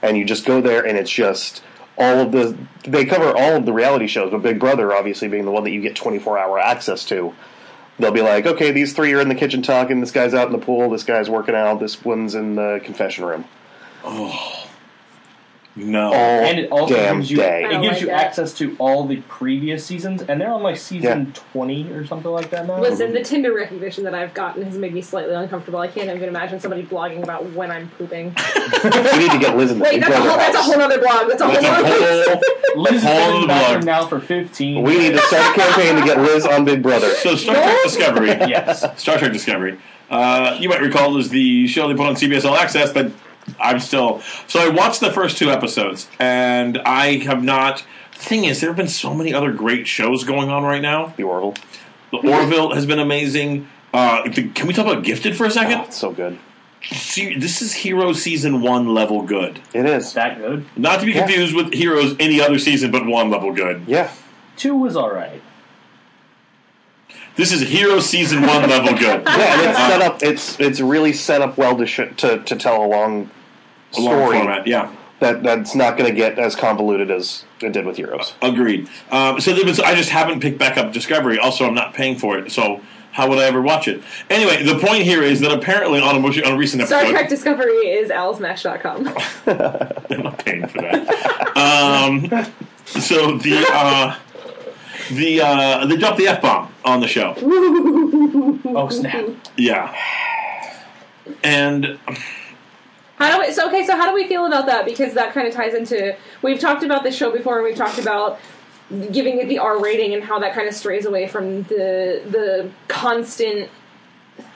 Speaker 3: and you just go there and it's just all of the they cover all of the reality shows, but Big Brother obviously being the one that you get 24 hour access to. They'll be like, okay, these three are in the kitchen talking. This guy's out in the pool. This guy's working out. This one's in the confession room.
Speaker 1: No.
Speaker 3: All
Speaker 4: and it also
Speaker 3: damn
Speaker 4: gives you
Speaker 3: day.
Speaker 2: I
Speaker 4: it
Speaker 2: don't
Speaker 4: gives
Speaker 2: like
Speaker 4: you
Speaker 2: that.
Speaker 4: access to all the previous seasons, and they're on like season
Speaker 3: Yeah.
Speaker 4: twenty or something like that now.
Speaker 2: Listen, the Tinder recognition that I've gotten has made me slightly uncomfortable. I can't even imagine somebody blogging about when I'm pooping.
Speaker 3: we need to get Liz in the
Speaker 2: Wait,
Speaker 3: Big
Speaker 2: that's a
Speaker 3: Brother
Speaker 2: whole that's a
Speaker 3: house.
Speaker 2: whole other blog. That's a whole
Speaker 1: That's
Speaker 2: other
Speaker 1: a whole-
Speaker 4: Liz has
Speaker 1: all
Speaker 4: been in
Speaker 1: the
Speaker 4: the bathroom
Speaker 1: blogs.
Speaker 4: now for fifteen.
Speaker 3: we need to start a campaign to get Liz on Big Brother.
Speaker 1: so Star Trek Discovery.
Speaker 4: yes.
Speaker 1: Star Trek Discovery. Uh, you might recall is the show they put on CBS All Access, but I'm still. So I watched the first two episodes, and I have not. The thing is, there have been so many other great shows going on right now.
Speaker 3: The Orville.
Speaker 1: The
Speaker 3: Mm-hmm.
Speaker 1: Orville has been amazing. Uh, the, can we talk about Gifted for a
Speaker 3: Oh,
Speaker 1: second?
Speaker 3: it's so good.
Speaker 1: See, This is Hero Season 1 level good.
Speaker 3: It is.
Speaker 4: That good.
Speaker 1: Not to be
Speaker 3: Yeah.
Speaker 1: confused with Heroes any other season, but 1 level good.
Speaker 3: Yeah.
Speaker 4: Two was all right.
Speaker 1: This is Hero Season 1 level good.
Speaker 3: Yeah, and it's
Speaker 1: Uh,
Speaker 3: set up. It's it's really set up well to sh- to to tell a long
Speaker 1: A long
Speaker 3: story
Speaker 1: format, yeah.
Speaker 3: that that's not going to get as convoluted as it did with Heroes.
Speaker 1: Agreed. Um, so there was, I just haven't picked back up Discovery. Also, I'm not paying for it, so how would I ever watch it? Anyway, the point here is that apparently on a, mo- on a recent
Speaker 2: Star Trek
Speaker 1: episode,
Speaker 2: Discovery is alsmash.com.
Speaker 1: I'm not paying for that. um, so the uh, the uh, they dropped the f bomb on the show.
Speaker 4: Oh snap!
Speaker 1: Yeah, and
Speaker 2: How do we, so okay, so how do we feel about that? Because that kind of ties into we've talked about this show before, and we've talked about giving it the R rating and how that kind of strays away from the the constant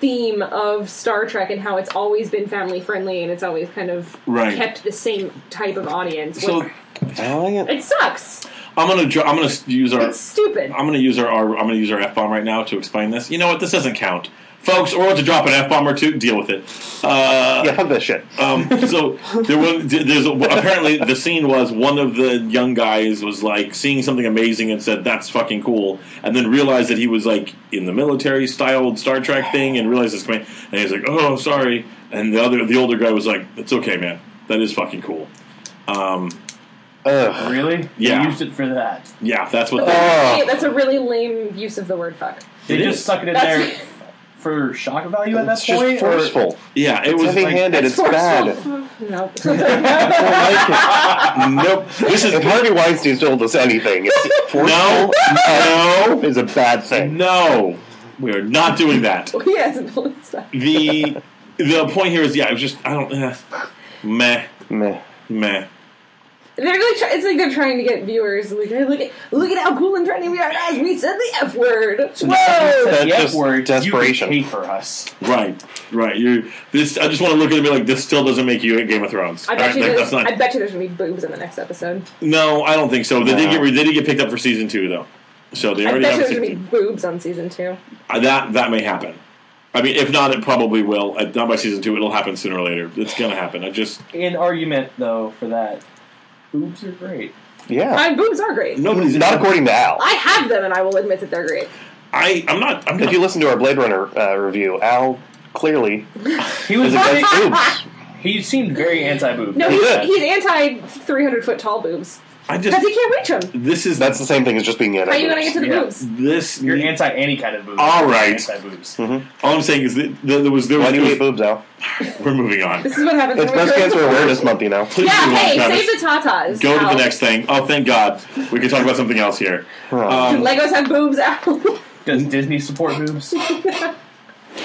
Speaker 2: theme of Star Trek and how it's always been family friendly and it's always kind of
Speaker 1: Right.
Speaker 2: kept the same type of audience.
Speaker 1: so
Speaker 2: Like,
Speaker 3: I like
Speaker 2: it sucks.
Speaker 1: I'm gonna dr- I'm gonna use our
Speaker 2: It's stupid.
Speaker 1: I'm gonna use our, our I'm gonna use our f bomb right now to explain this. You know what? This doesn't count, folks. Or to drop an f bomb or two, deal with it. Uh,
Speaker 3: Yeah, fuck that shit.
Speaker 1: Um, so there was there's apparently the scene was one of the young guys was like seeing something amazing and said that's fucking cool, and then realized that he was like in the military styled Star Trek thing and realized this and he's like oh sorry, and the other the older guy was like it's okay man that is fucking cool, um, uh,
Speaker 3: Ugh.
Speaker 4: Really?
Speaker 1: Yeah.
Speaker 4: They used it for that.
Speaker 1: yeah that's what
Speaker 3: Uh,
Speaker 1: they,
Speaker 2: Hey, that's a really lame use of the word fuck.
Speaker 4: They
Speaker 1: It
Speaker 4: just
Speaker 1: is.
Speaker 4: stuck it in
Speaker 2: That's-
Speaker 4: there for shock value at that
Speaker 3: It's just
Speaker 4: point. or-
Speaker 3: forceful.
Speaker 1: yeah it was
Speaker 3: Heavy
Speaker 1: like,
Speaker 3: handed. It's bad.
Speaker 2: Nope.
Speaker 3: I
Speaker 1: nope this
Speaker 3: don't like it. If
Speaker 1: is
Speaker 3: Harvey Weinstein told us anything, it's
Speaker 1: no
Speaker 3: forceful
Speaker 1: no
Speaker 3: is a bad thing.
Speaker 1: no we are not doing that.
Speaker 2: yes, it's that.
Speaker 1: the the point here is yeah, it was just I don't uh, meh
Speaker 3: Meh.
Speaker 1: meh.
Speaker 2: They're like, try- it's like they're trying to get viewers. Like, hey, look at look at how cool and trendy we are, guys. We said the f word.
Speaker 4: If
Speaker 2: Whoa!
Speaker 4: it's the
Speaker 3: That's
Speaker 4: F
Speaker 3: just
Speaker 4: word, you can
Speaker 3: desperation.
Speaker 4: pay for us.
Speaker 1: Right, right. You this I just want to look at it and be like this still doesn't make you a Game of Thrones.
Speaker 2: I bet
Speaker 1: All
Speaker 2: you
Speaker 1: right,
Speaker 2: there's.
Speaker 1: that's not-
Speaker 2: I bet you there's gonna be boobs in the next episode.
Speaker 1: no, I don't think so. They did
Speaker 3: No.
Speaker 1: get re- they did get picked up for season two though, so they
Speaker 2: I
Speaker 1: already
Speaker 2: bet
Speaker 1: have
Speaker 2: you
Speaker 1: a
Speaker 2: there's gonna be
Speaker 1: season.
Speaker 2: boobs on season two.
Speaker 1: Uh, That that may happen. I mean, if not, it probably will. Uh, Not by season two, it'll happen sooner or later. It's gonna happen. I just
Speaker 4: In argument, though, for that, boobs are great.
Speaker 3: Yeah.
Speaker 2: My boobs are great.
Speaker 1: Nobody's
Speaker 3: Not according to Al.
Speaker 2: I have them, and I will admit that they're great.
Speaker 1: I I'm not. I'm
Speaker 3: If
Speaker 1: not.
Speaker 3: you listen to our Blade Runner uh, review, Al clearly
Speaker 4: He was
Speaker 3: is against
Speaker 4: very,
Speaker 3: boobs.
Speaker 4: he seemed very anti boob.
Speaker 2: No, he's,
Speaker 3: Yeah.
Speaker 2: he's anti 300 foot tall boobs
Speaker 1: I
Speaker 2: because
Speaker 1: just.
Speaker 2: he can't reach them.
Speaker 1: This is
Speaker 3: That's the same thing as just being anti.
Speaker 2: How are you going to get to the
Speaker 4: Yeah.
Speaker 2: boobs?
Speaker 1: this.
Speaker 4: You're anti any kind of boobs.
Speaker 1: All right.
Speaker 4: Anti boobs.
Speaker 1: all I'm saying is that there there was there was.
Speaker 3: Why do you hate boobs, Al?
Speaker 1: We're moving on.
Speaker 2: This is what happens.
Speaker 3: It's
Speaker 2: when
Speaker 3: Breast
Speaker 2: we're-
Speaker 3: Cancer Awareness Month, you know.
Speaker 1: Please
Speaker 2: Yeah,
Speaker 1: move on,
Speaker 2: hey,
Speaker 1: Travis.
Speaker 2: save the tatas.
Speaker 1: Go to
Speaker 2: Ow.
Speaker 1: the next thing. Oh, thank God. We can talk about something else here.
Speaker 3: Huh.
Speaker 1: Um,
Speaker 2: Legos have boobs out.
Speaker 4: Does Disney support boobs?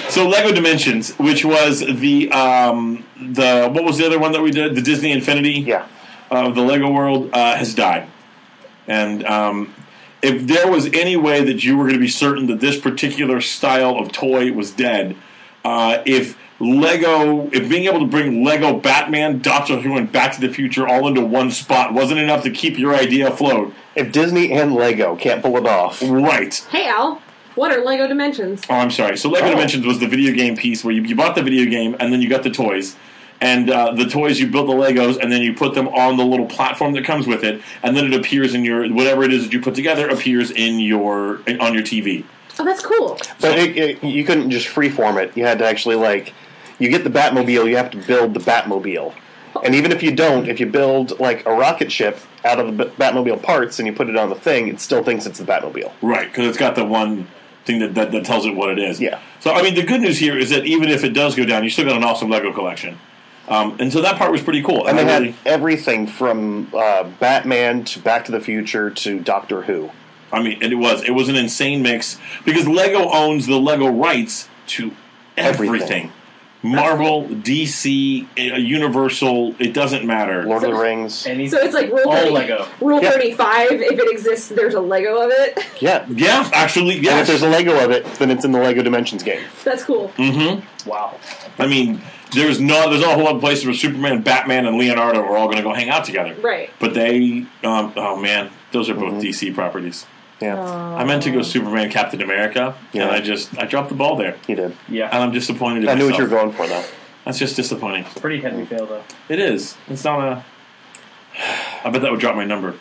Speaker 1: so Lego Dimensions, which was the um, the what was the other one that we did? The Disney Infinity.
Speaker 3: Yeah.
Speaker 1: of the Lego world uh, has died. And um, if there was any way that you were going to be certain that this particular style of toy was dead, uh, if Lego, if being able to bring Lego Batman, Doctor Who, and Back to the Future all into one spot wasn't enough to keep your idea afloat,
Speaker 3: If Disney and Lego can't pull it off,
Speaker 1: Mm-hmm. right?
Speaker 2: hey, Al, what are Lego dimensions?
Speaker 1: Oh, I'm sorry. So Lego
Speaker 3: Oh.
Speaker 1: Dimensions was the video game piece where you, you bought the video game and then you got the toys. And uh, the toys, you built the Legos, and then you put them on the little platform that comes with it, and then it appears in your whatever it is that you put together appears in your in, on your TV.
Speaker 2: Oh, that's cool.
Speaker 3: But it, it, you couldn't just freeform it. You had to actually like, you get the Batmobile. You have to build the Batmobile. And even if you don't, if you build like a rocket ship out of the B- Batmobile parts and you put it on the thing, it still thinks it's the Batmobile.
Speaker 1: Right, because it's got the one thing that, that that tells it what it is.
Speaker 3: Yeah.
Speaker 1: So I mean, the good news here is that even if it does go down, you still got an awesome Lego collection. Um, and so that part was pretty cool.
Speaker 3: And they
Speaker 1: I
Speaker 3: had
Speaker 1: really-
Speaker 3: everything from uh, Batman to Back to the Future to Doctor Who.
Speaker 1: I mean, and it was it was an insane mix because Lego owns the Lego rights to everything.
Speaker 3: Everything.
Speaker 1: Marvel, DC, uh, Universal, it doesn't matter.
Speaker 3: Lord of
Speaker 2: So-
Speaker 3: the Rings.
Speaker 4: Any
Speaker 2: So it's like rule,
Speaker 4: all
Speaker 2: 30,
Speaker 4: Lego.
Speaker 2: rule
Speaker 3: Yeah.
Speaker 2: 35. If it exists, there's a Lego of it.
Speaker 3: Yeah. And
Speaker 1: Yeah, actually,
Speaker 3: if
Speaker 1: yes.
Speaker 3: there's a Lego of it, then it's in the Lego Dimensions game.
Speaker 2: That's cool.
Speaker 4: Wow.
Speaker 1: Mm-hmm. I mean, there's no there's not a whole lot of places where Superman, Batman, and Leonardo are all going to go hang out together.
Speaker 2: Right.
Speaker 1: But they, um, oh man, those are both
Speaker 3: Mm-hmm.
Speaker 1: DC properties.
Speaker 3: Yeah,
Speaker 1: I meant to go Superman, Captain America,
Speaker 3: Oh. Yeah.
Speaker 1: and I just I dropped the ball there,
Speaker 3: you did.
Speaker 1: and
Speaker 4: Yeah.
Speaker 1: I'm disappointed. In
Speaker 3: I knew what
Speaker 1: myself.
Speaker 3: you were going for, though.
Speaker 1: That's just disappointing.
Speaker 4: Pretty heavy fail though.
Speaker 1: It is. It's not a. I bet that would drop my number.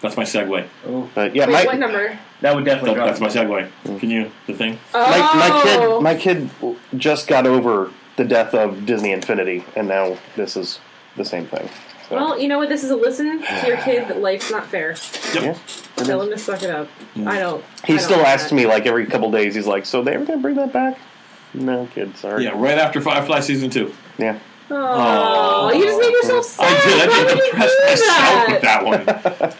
Speaker 1: That's my segue.
Speaker 4: Oh,
Speaker 3: But yeah,
Speaker 2: Wait,
Speaker 3: my,
Speaker 2: what number?
Speaker 4: that would definitely
Speaker 1: That, Oh,
Speaker 4: drop.
Speaker 1: that's my segue. Can you the thing?
Speaker 3: my, my
Speaker 2: Oh.
Speaker 3: kid my kid just got over the death of Disney Infinity, and now this is the same thing. So,
Speaker 2: Well, you know what? This is a listen to your kid that life's not fair.
Speaker 3: yeah.
Speaker 2: Tell him to suck it up. I don't. I
Speaker 3: Mm. He
Speaker 2: don't
Speaker 3: still
Speaker 2: like
Speaker 3: asks
Speaker 2: that.
Speaker 3: me like every couple days. He's like, "So they ever gonna bring that back?" No, kid. Sorry.
Speaker 1: Yeah, right after Firefly season two.
Speaker 3: Yeah.
Speaker 2: Oh, you just made yourself sad.
Speaker 1: I did. I
Speaker 2: Why
Speaker 1: did
Speaker 2: would you
Speaker 1: depress
Speaker 2: do
Speaker 1: myself with
Speaker 2: that?
Speaker 1: that one.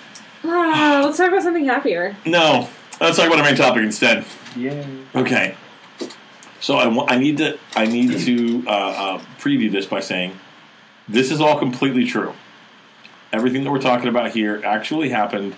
Speaker 2: Ah, let's talk about something happier.
Speaker 1: No, let's talk about our main topic instead.
Speaker 4: Yeah.
Speaker 1: Okay. So I, wa- I need to I need to uh, uh, preview this by saying this is all completely true. Everything that we're talking about here actually happened.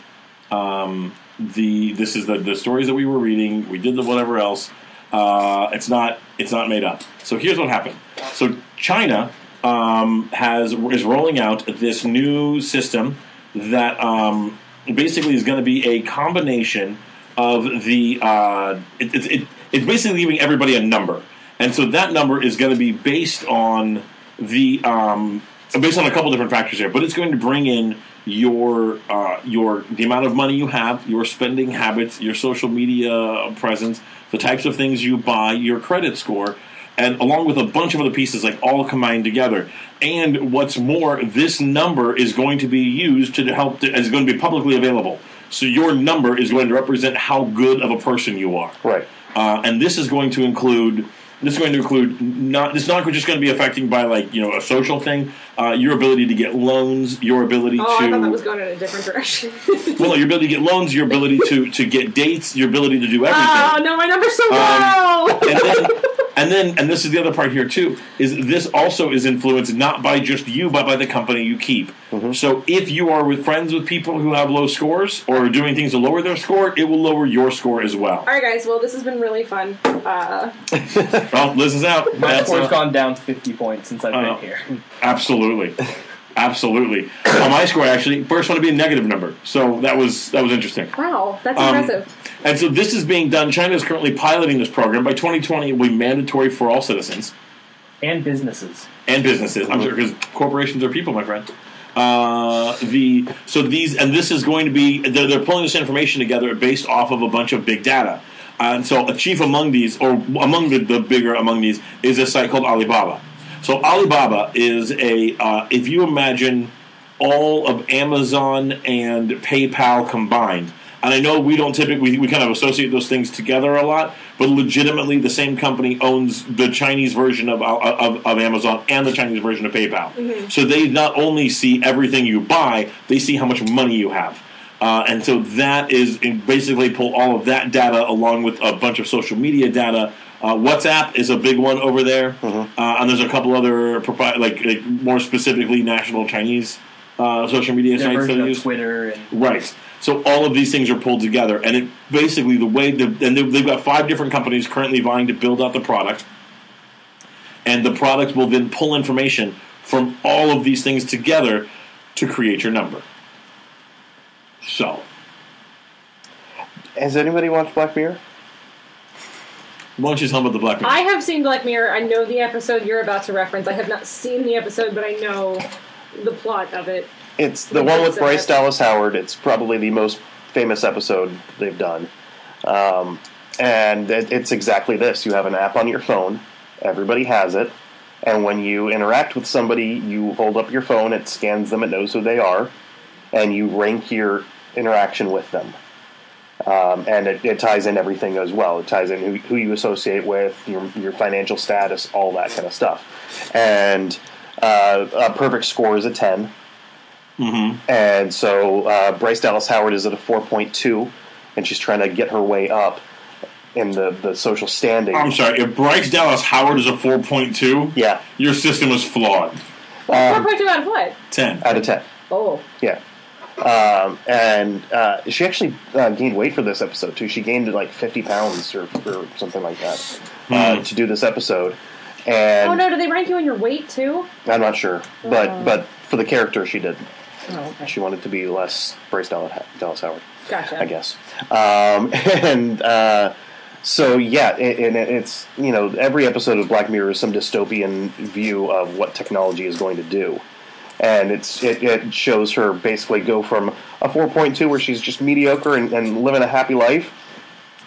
Speaker 1: Um, the this is the the stories that we were reading. We did the whatever else. Uh, it's not it's not made up. So here's what happened. So China um, has is rolling out this new system that um, basically is going to be a combination of the uh, it, it, it, it's basically giving everybody a number, and so that number is going to be based on the um, based on a couple different factors here, but it's going to bring in your uh, your the amount of money you have, your spending habits, your social media presence, the types of things you buy, your credit score, and along with a bunch of other pieces, like all combined together. And what's more, this number is going to be used to help to, is going to be publicly available. So your number is going to represent how good of a person you are.
Speaker 3: Right.
Speaker 1: Uh, and this is going to include this is going to include not it's not just going to be affecting by like you know a social thing uh, your ability to get loans your ability
Speaker 2: Oh,
Speaker 1: to
Speaker 2: I thought that was going in a different direction.
Speaker 1: well your ability to get loans your ability to to get dates your ability to do everything
Speaker 2: oh no, my number's
Speaker 3: Um,
Speaker 2: so low.
Speaker 1: and then and then and this is the other part here too is this also is influenced not by just you but by the company you keep
Speaker 4: Mm-hmm.
Speaker 1: so if you are with friends with people who have low scores or are doing things to lower their score it will lower your score as well
Speaker 2: All right, guys. Well, this has been really fun. Uh,
Speaker 1: well this is out
Speaker 4: My
Speaker 1: That's,
Speaker 4: score's
Speaker 1: uh,
Speaker 4: gone down 50 points since I've
Speaker 1: Oh.
Speaker 4: been here.
Speaker 1: Absolutely. Absolutely. On my score, actually, first one to be a negative number. So that was that was interesting.
Speaker 2: wow, that's
Speaker 1: Um,
Speaker 2: impressive.
Speaker 1: And so this is being done. China is currently piloting this program. By 2020, it will be mandatory for all citizens
Speaker 4: And businesses.
Speaker 1: and businesses. I'm sure because corporations are people, my friend. Uh, the so these and this is going to be they're, they're pulling this information together based off of a bunch of big data. And so a chief among these, or among the, the bigger among these, is a site called Alibaba. So Alibaba is a uh, if you imagine all of Amazon and PayPal combined. And I know we don't typically we, we kind of associate those things together a lot, but legitimately the same company owns the Chinese version of of, of Amazon and the Chinese version of PayPal. So they not only see everything you buy, they see how much money you have. Uh, and so that is and basically pull all of that data along with a bunch of social media data. Uh, WhatsApp is a big one over there, uh, and there's a couple other propri- like, like more specifically national Chinese uh, social media
Speaker 4: Their
Speaker 1: sites that
Speaker 4: version
Speaker 1: they
Speaker 4: of
Speaker 1: use.
Speaker 4: Twitter and
Speaker 1: Right. So all of these things are pulled together, and it basically the way the, and they- they've got five different companies currently vying to build out the product, and the product will then pull information from all of these things together to create your number. So,
Speaker 3: Has anybody watched Black Mirror?
Speaker 1: why don't you tell me about the black?
Speaker 2: I have seen Black Mirror. I know the episode you're about to reference. I have not seen the episode, but I know the plot of it.
Speaker 3: It's the
Speaker 2: Which
Speaker 3: one
Speaker 2: is
Speaker 3: with Bryce
Speaker 2: that?
Speaker 3: Dallas Howard. It's probably the most famous episode they've done. Um, and it, it's exactly this you have an app on your phone, everybody has it, and when you interact with somebody, you hold up your phone, it scans them, it knows who they are, and you rank your interaction with them. Um, and it, it ties in everything as well. It ties in who, who you associate with, your, your financial status, all that kind of stuff. And uh, a perfect score is a 10. And so uh, Bryce Dallas Howard is at a 4.2, and she's trying to get her way up in the, the social standing.
Speaker 1: I'm sorry. If Bryce Dallas Howard is a 4.2,
Speaker 3: yeah,
Speaker 1: your system is flawed.
Speaker 2: What part about what?
Speaker 1: Ten.
Speaker 3: out of 10.
Speaker 2: Oh,
Speaker 3: Yeah. Um, and uh, she actually uh, gained weight for this episode, too. She gained like 50 pounds or, or something like that uh, to do this episode. And
Speaker 2: oh no! Do they rank you on your weight too?
Speaker 3: I'm not sure, but,
Speaker 2: Oh.
Speaker 3: but for the character, she did.
Speaker 2: Oh, okay.
Speaker 3: She wanted to be less Bryce Dallas Dallas Howard.
Speaker 2: Gotcha.
Speaker 3: I guess. Um, and uh, so, yeah, it, and it, it's you know every episode of Black Mirror is some dystopian view of what technology is going to do, and it's it, it shows her basically go from a four point two where she's just mediocre and, and living a happy life,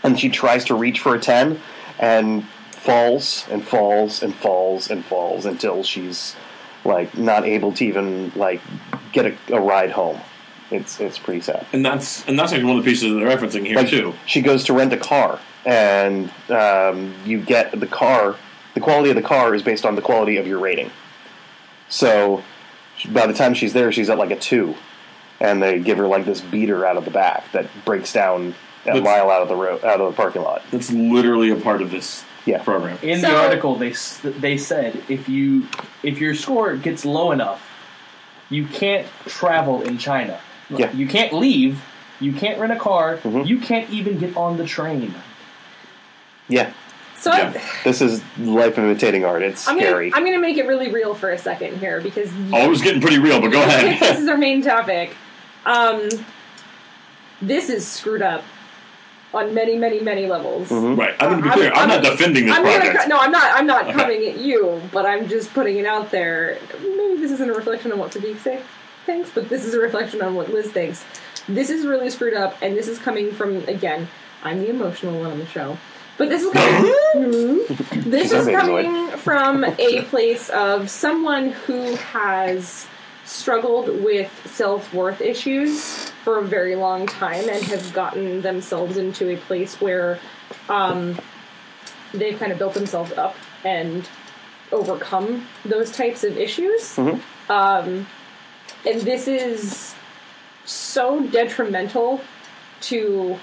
Speaker 3: and she tries to reach for a ten and falls and falls and falls and falls until she's like not able to even like get a, a ride home. It's it's pretty sad.
Speaker 1: And that's and that's actually one of the pieces that they're referencing here
Speaker 3: Like,
Speaker 1: too.
Speaker 3: She goes to rent a car, and um, you get the car. The quality of the car is based on the quality of your rating. So she- by the time she's there, she's at like a two, and they give her like this beater out of the back that breaks down a
Speaker 1: That's-
Speaker 3: mile out of the road, out of the parking lot.
Speaker 1: That's literally a part of this
Speaker 3: Yeah.
Speaker 1: program.
Speaker 4: in
Speaker 2: So-
Speaker 4: the article they s- they said if you if your score gets low enough, you can't travel in China.
Speaker 3: Yeah. Mm-hmm.
Speaker 4: You can't leave. You can't rent a car. You can't even get on the train.
Speaker 3: Yeah,
Speaker 2: So
Speaker 1: Yeah.
Speaker 2: I,
Speaker 3: this is life imitating art. It's
Speaker 2: I'm
Speaker 3: scary.
Speaker 2: gonna I'm gonna make it really real for a second here because
Speaker 1: Oh, it was getting pretty real, but go
Speaker 2: this
Speaker 1: ahead.
Speaker 2: is our main topic. Um, this is screwed up on many, many, many levels.
Speaker 1: right. I'm going to be clear. I'm, not defending this
Speaker 2: I'm
Speaker 1: project.
Speaker 2: gonna, no, I'm not. I'm not
Speaker 1: Okay.
Speaker 2: coming at you, but I'm just putting it out there. Maybe this isn't a reflection on what Sadiq say, thinks, but this is a reflection on what Liz thinks. This is really screwed up, and this is coming from again. I'm the emotional one on the show, but this is coming. this
Speaker 3: She's
Speaker 2: is
Speaker 3: amazing.
Speaker 2: coming from a place of someone who has struggled with self worth issues for a very long time and has gotten themselves into a place where um, they've kind of built themselves up and overcome those types of issues. Um, and this is so detrimental to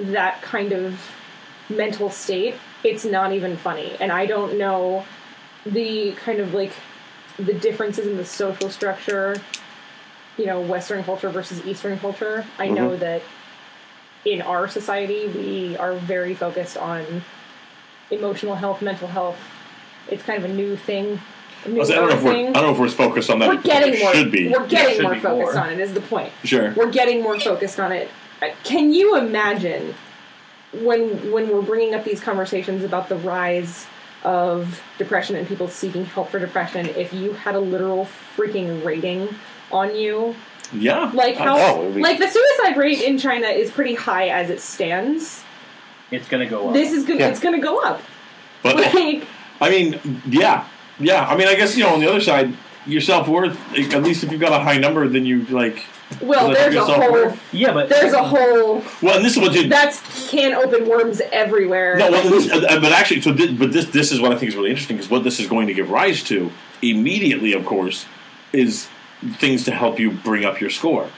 Speaker 2: that kind of mental state. It's not even funny. And I don't know the kind of like the differences in the social structure, you know, Western culture versus Eastern culture. I
Speaker 1: Mm-hmm.
Speaker 2: know that in our society, we are very focused on emotional health, mental health. It's kind of a new thing. A new
Speaker 1: I don't know if we're I
Speaker 2: thing.
Speaker 1: don't know if we're focused on that.
Speaker 2: We're getting
Speaker 1: it
Speaker 2: more.
Speaker 1: Should be.
Speaker 2: We're
Speaker 4: It
Speaker 2: getting
Speaker 4: should
Speaker 2: more
Speaker 4: be
Speaker 2: focused
Speaker 4: more.
Speaker 2: on it. Is the point?
Speaker 1: Sure.
Speaker 2: We're getting more focused on it. Uh, Can you imagine when when we're bringing up these conversations about the rise of depression and people seeking help for depression? If you had a literal freaking rating on you.
Speaker 1: Yeah.
Speaker 2: Like how,
Speaker 3: Oh, it would be-
Speaker 2: like the suicide rate in China is pretty high as it stands.
Speaker 4: It's gonna go up.
Speaker 2: This is gonna,
Speaker 3: Yeah.
Speaker 2: it's gonna go up.
Speaker 1: But
Speaker 2: Like,
Speaker 1: I mean, yeah, yeah. I mean, I guess you know on the other side, your self worth. At least if you've got a high number, then you like.
Speaker 2: well,
Speaker 1: Look,
Speaker 2: there's a
Speaker 1: it's all
Speaker 2: whole,
Speaker 1: worth-
Speaker 4: yeah, but
Speaker 2: there's a whole
Speaker 1: Well, and this is what did.
Speaker 2: that's can open worms everywhere.
Speaker 1: No, well, this, uh, uh, but actually, so thi- but this this is what I think is really interesting is what this is going to give rise to immediately, of course, is things to help you bring up your score.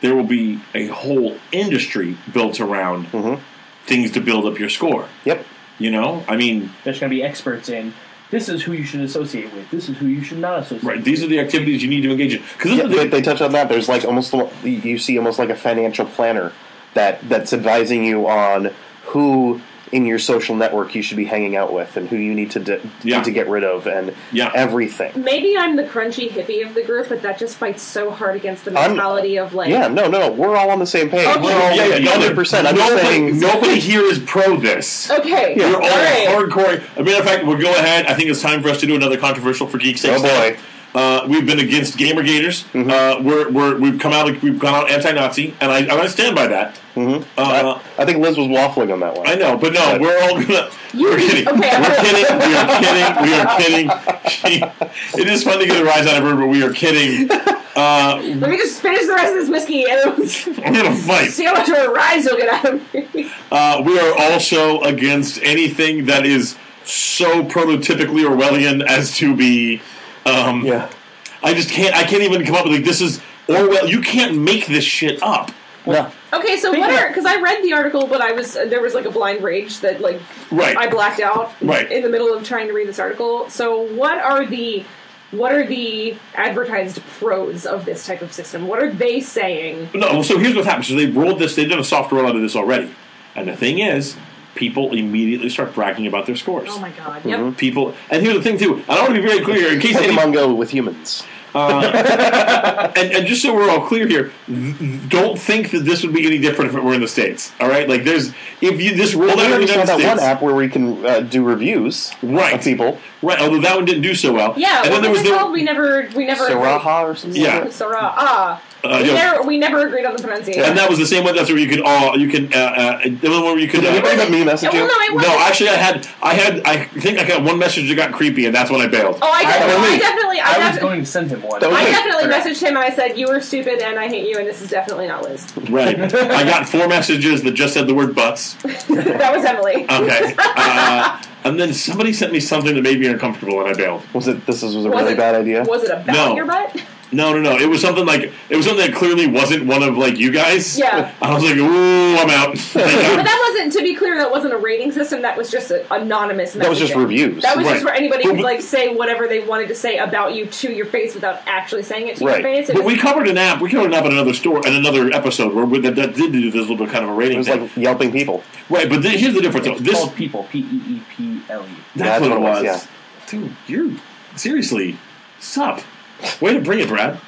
Speaker 1: There will be a whole industry built around
Speaker 3: Mm-hmm.
Speaker 1: things to build up your score.
Speaker 3: Yep.
Speaker 1: You know, I mean,
Speaker 4: there's gonna be experts in. This is who you should associate with. This is who you should not associate.
Speaker 1: right?
Speaker 4: with.
Speaker 1: These are the activities you need to engage in because
Speaker 3: Yeah, they, they touch on that. There's like almost the- you see almost like a financial planner that that's advising you on who in your social network you should be hanging out with and who you need to d-
Speaker 1: Yeah.
Speaker 3: need to get rid of and
Speaker 1: Yeah.
Speaker 3: everything.
Speaker 2: Maybe I'm the crunchy hippie of the group, but that just fights so hard against the
Speaker 3: I'm-
Speaker 2: mentality of like
Speaker 3: Yeah, no, no, no. We're all on the same page.
Speaker 2: Okay.
Speaker 3: We're all
Speaker 1: yeah, yeah, yeah,
Speaker 3: hundred percent. I'm just
Speaker 1: nobody,
Speaker 3: saying.
Speaker 1: nobody here is pro this.
Speaker 2: Okay.
Speaker 1: We're all
Speaker 2: all right.
Speaker 1: hardcore. As a matter of fact, we'll go ahead. I think it's time for us to do another controversial for geeks.
Speaker 3: Oh boy. Mm-hmm.
Speaker 1: Uh, we've been against gamer gators. Uh, we're, we're, we've come out we've gone out anti-Nazi, and I, I stand by that. Uh,
Speaker 3: I think Liz was waffling on Mm-hmm. that one.
Speaker 1: I know, but no,
Speaker 3: But-
Speaker 1: we're all gonna. We're kidding.
Speaker 2: okay, I-
Speaker 1: we're kidding. We are kidding. We are kidding. She- it is fun to get a rise out of her, but we are kidding. Uh,
Speaker 2: Let me just finish the rest of this whiskey and
Speaker 1: we're gonna fight.
Speaker 2: see how much of a rise you'll get out of me.
Speaker 1: Uh, we are also against anything that is so prototypically Orwellian as to be. Um,
Speaker 3: Yeah.
Speaker 1: I just can't. I can't even come up with like this is Orwell. You can't make this shit up.
Speaker 3: No.
Speaker 2: Okay, so
Speaker 4: Think
Speaker 2: what
Speaker 4: about-
Speaker 2: are? Because I read the article, but I was there was like a blind rage that like
Speaker 1: Right.
Speaker 2: I blacked out
Speaker 1: Right.
Speaker 2: in the middle of trying to read this article. So what are the what are the advertised pros of this type of system? What are they saying?
Speaker 1: No. So here's what happens. So they rolled this. They've done a soft roll out of this already. And the thing is, people immediately start bragging about their scores.
Speaker 2: Oh my god! Yep.
Speaker 1: People. And here's the thing too. And I want to be very clear in case any,
Speaker 3: Pokemon Go with humans.
Speaker 1: and, and just so we're all clear here, th- th- don't think that this would be any different if it were in the states. All right. Like there's if you this rolled
Speaker 3: We
Speaker 1: out in the
Speaker 3: already saw
Speaker 1: United
Speaker 3: that
Speaker 1: States.
Speaker 3: one app where we can uh, do reviews
Speaker 1: Right.
Speaker 3: of people.
Speaker 1: Right, although that one didn't do so well.
Speaker 2: Yeah.
Speaker 1: and then
Speaker 2: what
Speaker 1: there was
Speaker 2: was it
Speaker 1: the,
Speaker 2: called? We never we never
Speaker 3: Saraha or something.
Speaker 1: Yeah.
Speaker 3: Like that.
Speaker 2: Sarah. Ah.
Speaker 1: Uh,
Speaker 2: we,
Speaker 1: yeah.
Speaker 2: never, we never agreed on the pronunciation.
Speaker 1: and that was the same one. That's where you could all you can. Uh, uh, the one where you could.
Speaker 3: Did anybody
Speaker 1: Uh,
Speaker 3: but me message
Speaker 2: Yeah, well,
Speaker 3: you?
Speaker 2: no, it
Speaker 1: no,
Speaker 2: wasn't.
Speaker 1: actually, I had I had I think I got one message that got creepy, and that's when I bailed.
Speaker 2: oh, I,
Speaker 3: I
Speaker 2: def-
Speaker 3: believe-
Speaker 2: I definitely, I,
Speaker 4: I was
Speaker 2: def-
Speaker 4: going to send him one.
Speaker 3: That was-
Speaker 2: I
Speaker 3: Okay.
Speaker 2: definitely messaged him. and I said, "You were stupid, and I hate you, and this is definitely not Liz."
Speaker 1: Right, I got four messages that just said the word butts.
Speaker 2: that was Emily.
Speaker 1: Okay, uh, and then somebody sent me something that made me uncomfortable, and I bailed.
Speaker 3: Was it? This was a
Speaker 2: Was
Speaker 3: really
Speaker 2: it-
Speaker 3: bad idea.
Speaker 2: Was it about
Speaker 1: No.
Speaker 2: your butt?
Speaker 1: No, no, no. It was something like it was something that clearly wasn't one of like you guys.
Speaker 2: Yeah.
Speaker 1: I was like, ooh, I'm out.
Speaker 2: But that wasn't. To be clear, that wasn't a rating system. That was just an anonymous. Messaging.
Speaker 3: That was just reviews.
Speaker 2: That was
Speaker 1: Right.
Speaker 2: just where anybody
Speaker 1: But
Speaker 2: could
Speaker 1: we-
Speaker 2: like say whatever they wanted to say about you to your face without actually saying it to
Speaker 3: Right.
Speaker 2: your face. It
Speaker 1: But
Speaker 2: was-
Speaker 1: we covered an app. We covered an app in another store in another episode where we, that, that did do this little bit kind of a
Speaker 3: It
Speaker 1: rating
Speaker 3: was
Speaker 1: thing.
Speaker 3: like yelping people.
Speaker 1: right, but th- here's the difference. Though.
Speaker 4: It's
Speaker 1: This
Speaker 4: called people. P e e p l e.
Speaker 1: that's,
Speaker 3: That's
Speaker 1: what it was.
Speaker 3: yeah.
Speaker 1: Dude, you're seriously sup. Way to bring it, Brad.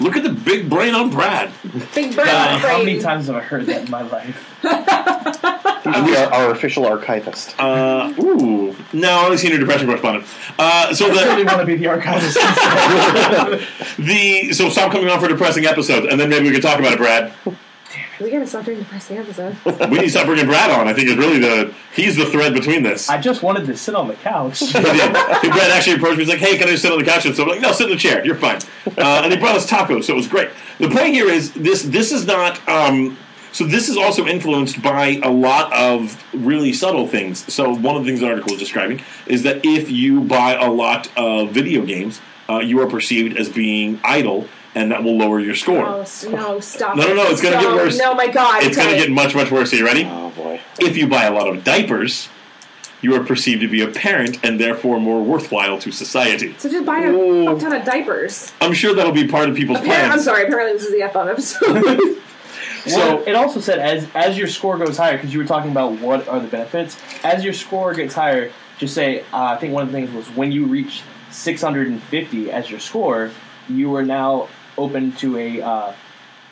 Speaker 1: Look at the big brain on Brad.
Speaker 2: big brain.
Speaker 1: Uh,
Speaker 4: How many times have I heard that in my life?
Speaker 3: You should
Speaker 2: Uh,
Speaker 3: be our, our official archivist.
Speaker 1: Uh, ooh, no, I only seen your depression correspondent. Uh, so
Speaker 4: I
Speaker 1: the
Speaker 4: really want to be the archivist.
Speaker 1: the so stop coming on for depressing episodes, and then maybe we can talk about it, Brad.
Speaker 2: We gotta stop doing depressing episodes.
Speaker 1: We need to stop bringing Brad on. I think is really the he's the thread between this.
Speaker 4: I just wanted to sit on the couch.
Speaker 1: But yeah, he- Brad actually approached me. He's like, "Hey, can I just sit on the couch?" And so I'm like, "No, sit in the chair. You're fine." Uh, and he brought us tacos, so it was great. The point here is this: this is not. Um, so this is also influenced by a lot of really subtle things. So one of the things the article is describing is that if you buy a lot of video games, uh, you are perceived as being idle, and that will lower your score.
Speaker 2: Oh s- no! Stop.
Speaker 1: No, no,
Speaker 2: it.
Speaker 1: no, it's gonna get
Speaker 2: Stop.
Speaker 1: worse.
Speaker 2: No, my God!
Speaker 1: it's going to
Speaker 2: okay.
Speaker 1: get much, much worse. Are you ready?
Speaker 3: Oh boy.
Speaker 1: If you buy a lot of diapers, you are perceived to be a parent and therefore more worthwhile to society.
Speaker 2: So just buy a
Speaker 3: Ooh.
Speaker 2: fuck ton of diapers.
Speaker 1: I'm sure that'll be part of people's
Speaker 2: Appar-
Speaker 1: plans.
Speaker 2: I'm sorry. Apparently, this is the F bomb episode.
Speaker 1: So-
Speaker 4: So it also said as as your score goes higher, because you were talking about what are the benefits. As your score gets higher, just say uh, I think one of the things was when you reach 650 as your score, you are now open to a uh,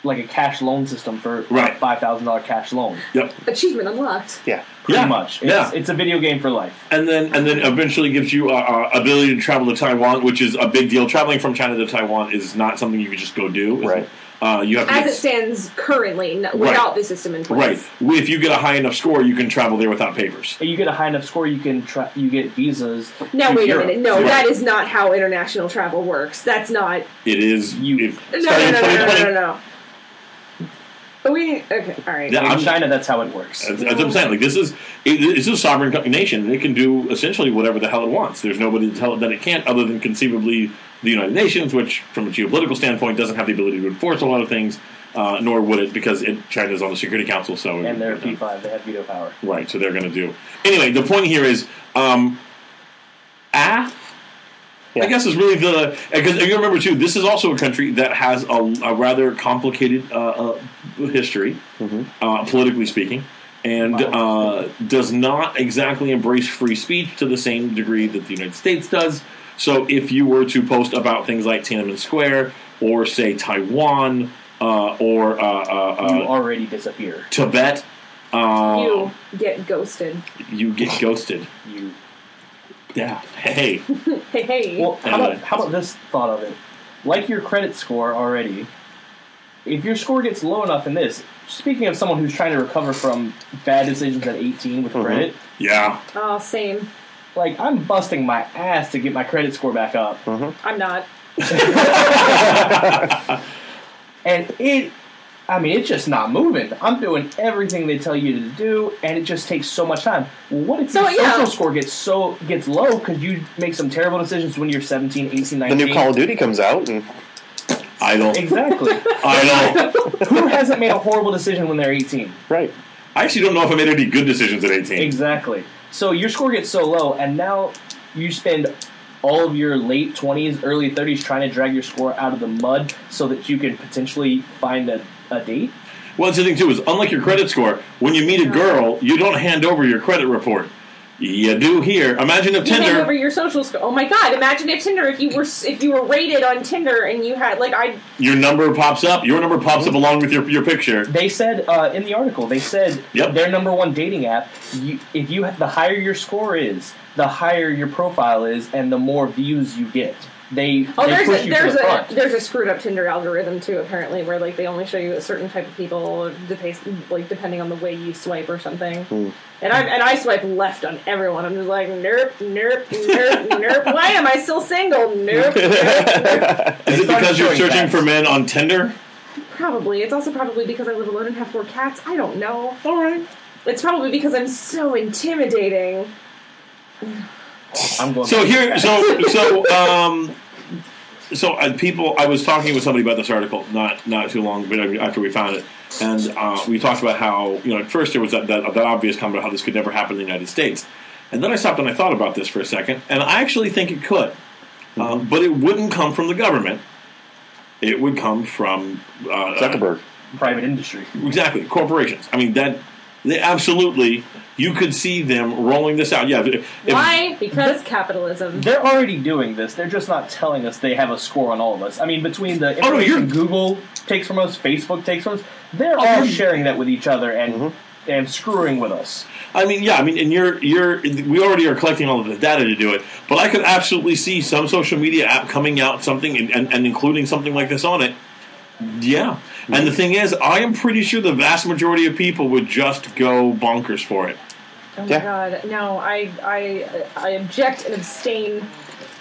Speaker 4: like a cash loan system for
Speaker 1: Right.
Speaker 4: five thousand dollar cash loan.
Speaker 1: Yep.
Speaker 2: Achievement unlocked.
Speaker 3: Yeah.
Speaker 4: Pretty
Speaker 1: Yeah.
Speaker 4: much. It's,
Speaker 1: Yeah.
Speaker 4: it's a video game for life.
Speaker 1: and then and then eventually gives you uh, uh, ability to travel to Taiwan, which is a big deal. Traveling from China to Taiwan is not something you can just go do.
Speaker 3: Right.
Speaker 1: Uh, you have to
Speaker 2: As
Speaker 1: get-
Speaker 2: it stands currently, n without the system in
Speaker 1: right.
Speaker 2: place.
Speaker 1: If you get a high enough score, you can travel there without papers.
Speaker 4: And you get a high enough score, you can try, you get visas.
Speaker 2: Now
Speaker 4: to
Speaker 2: wait
Speaker 4: Europe.
Speaker 2: a minute. No,
Speaker 1: Yeah.
Speaker 2: that is not how international travel works. That's not.
Speaker 1: It is
Speaker 4: You-
Speaker 1: it-
Speaker 2: No,
Speaker 1: starting
Speaker 2: no, no, no, no, no,
Speaker 1: 2020
Speaker 2: no, no. But we okay. All right.
Speaker 1: Yeah,
Speaker 4: In
Speaker 1: I'm- Uh,
Speaker 4: China, that's how it works.
Speaker 1: That's, that's what I'm saying. Like this is it, it's a sovereign co- nation. It can do essentially whatever the hell it wants. There's nobody to tell it that it can't, other than conceivably the United Nations, which from a geopolitical standpoint doesn't have the ability to enforce a lot of things, uh, nor would it because it, China's on the Security Council. So
Speaker 4: And they're P five; they have veto power.
Speaker 1: right. So they're going to do anyway. The point here is. Um, Ah, I
Speaker 3: Yeah.
Speaker 1: guess is really the because you remember too. This is also a country that has a, a rather complicated uh, uh, history, uh, politically speaking, and uh, does not exactly embrace free speech to the same degree that the United States does. So, if you were to post about things like Tiananmen Square or say Taiwan uh, or uh,
Speaker 4: you
Speaker 1: uh, uh,
Speaker 4: already disappear.
Speaker 1: Tibet, uh,
Speaker 2: You get ghosted.
Speaker 1: you get ghosted.
Speaker 4: You
Speaker 1: Yeah. Hey.
Speaker 2: Hey, hey.
Speaker 4: Well, how about,
Speaker 1: Anyway.
Speaker 4: how about this thought of it? Like your credit score already, if your score gets low enough in this, speaking of someone who's trying to recover from bad decisions at 18 with
Speaker 3: Mm-hmm.
Speaker 4: credit,
Speaker 1: Yeah.
Speaker 2: oh, same.
Speaker 4: like I'm busting my ass to get my credit score back up.
Speaker 3: Mm-hmm.
Speaker 2: I'm not.
Speaker 4: And it, I mean, it's just not moving. I'm doing everything they tell you to do, and it just takes so much time. What if
Speaker 2: So,
Speaker 4: your
Speaker 2: yeah.
Speaker 4: social score gets so gets low because you make some terrible decisions when you're 17, 18, 19?
Speaker 3: The new Call of Duty comes out, and
Speaker 1: Idle.
Speaker 4: Exactly.
Speaker 1: Idle.
Speaker 4: Who hasn't made a horrible decision when they're 18?
Speaker 3: right.
Speaker 1: I actually don't know if I made any good decisions at 18.
Speaker 4: Exactly. So your score gets so low, and now you spend all of your late twenties, early thirties trying to drag your score out of the mud so that you can potentially find a, a date.
Speaker 1: Well, that's the thing too is unlike your credit score, when you meet a girl, you don't hand over your credit report. You do here. Imagine if
Speaker 2: You hand over
Speaker 1: Tinder.
Speaker 2: your social score. Oh my god! Imagine if Tinder, if you were if you were rated on Tinder and you had like I
Speaker 1: Your number pops up. Your number pops up along with your your picture.
Speaker 4: They said uh, in the article, they said
Speaker 1: Yep.
Speaker 4: their number one dating app. You, if you the higher your score is, the higher your profile is, and the more views you get. They
Speaker 2: oh
Speaker 4: they
Speaker 2: there's
Speaker 4: push
Speaker 2: a
Speaker 4: you to
Speaker 2: there's
Speaker 4: the
Speaker 2: a
Speaker 4: front.
Speaker 2: there's a screwed up Tinder algorithm too apparently where like they only show you a certain type of people dep- like depending on the way you swipe or something.
Speaker 1: Hmm.
Speaker 2: And I and I swipe left on everyone. I'm just like nerp nerp nerp nerp. Why am I still single? Nerp. nerp, nerp.
Speaker 1: Is it
Speaker 4: started
Speaker 1: because you're
Speaker 4: showing
Speaker 1: searching
Speaker 4: facts.
Speaker 1: for men on Tinder?
Speaker 2: Probably it's also probably because I live alone and have four cats. I don't know.
Speaker 1: All right.
Speaker 2: It's probably because I'm so intimidating.
Speaker 4: I'm going.
Speaker 1: So here, so so um, so uh, people. I was talking with somebody about this article not not too long, but after we found it, and uh, we talked about how you know at first there was that, that that obvious comment about how this could never happen in the United States, and then I stopped and I thought about this for a second, and I actually think it could, uh, but it wouldn't come from the government. It would come from uh,
Speaker 3: Zuckerberg.
Speaker 4: private industry.
Speaker 1: Exactly, corporations. I mean that they absolutely. You could see them rolling this out. Yeah. if- if-
Speaker 2: Why? Because capitalism.
Speaker 4: They're already doing this. They're just not telling us they have a score on all of us. I mean, between the
Speaker 1: Oh, no,
Speaker 4: information
Speaker 1: you're- Oh,
Speaker 4: Google takes from us, Facebook takes from us, they're all
Speaker 1: you're-
Speaker 4: sharing that with each other and and screwing with us.
Speaker 1: I mean, yeah, I mean, and you're you're we already are collecting all of the data to do it, but I could absolutely see some social media app coming out something and, and, and including something like this on it. Yeah, and the thing is, I am pretty sure the vast majority of people would just go bonkers for it.
Speaker 2: Oh my
Speaker 3: Yeah.
Speaker 2: god, no, I, I, I object and abstain.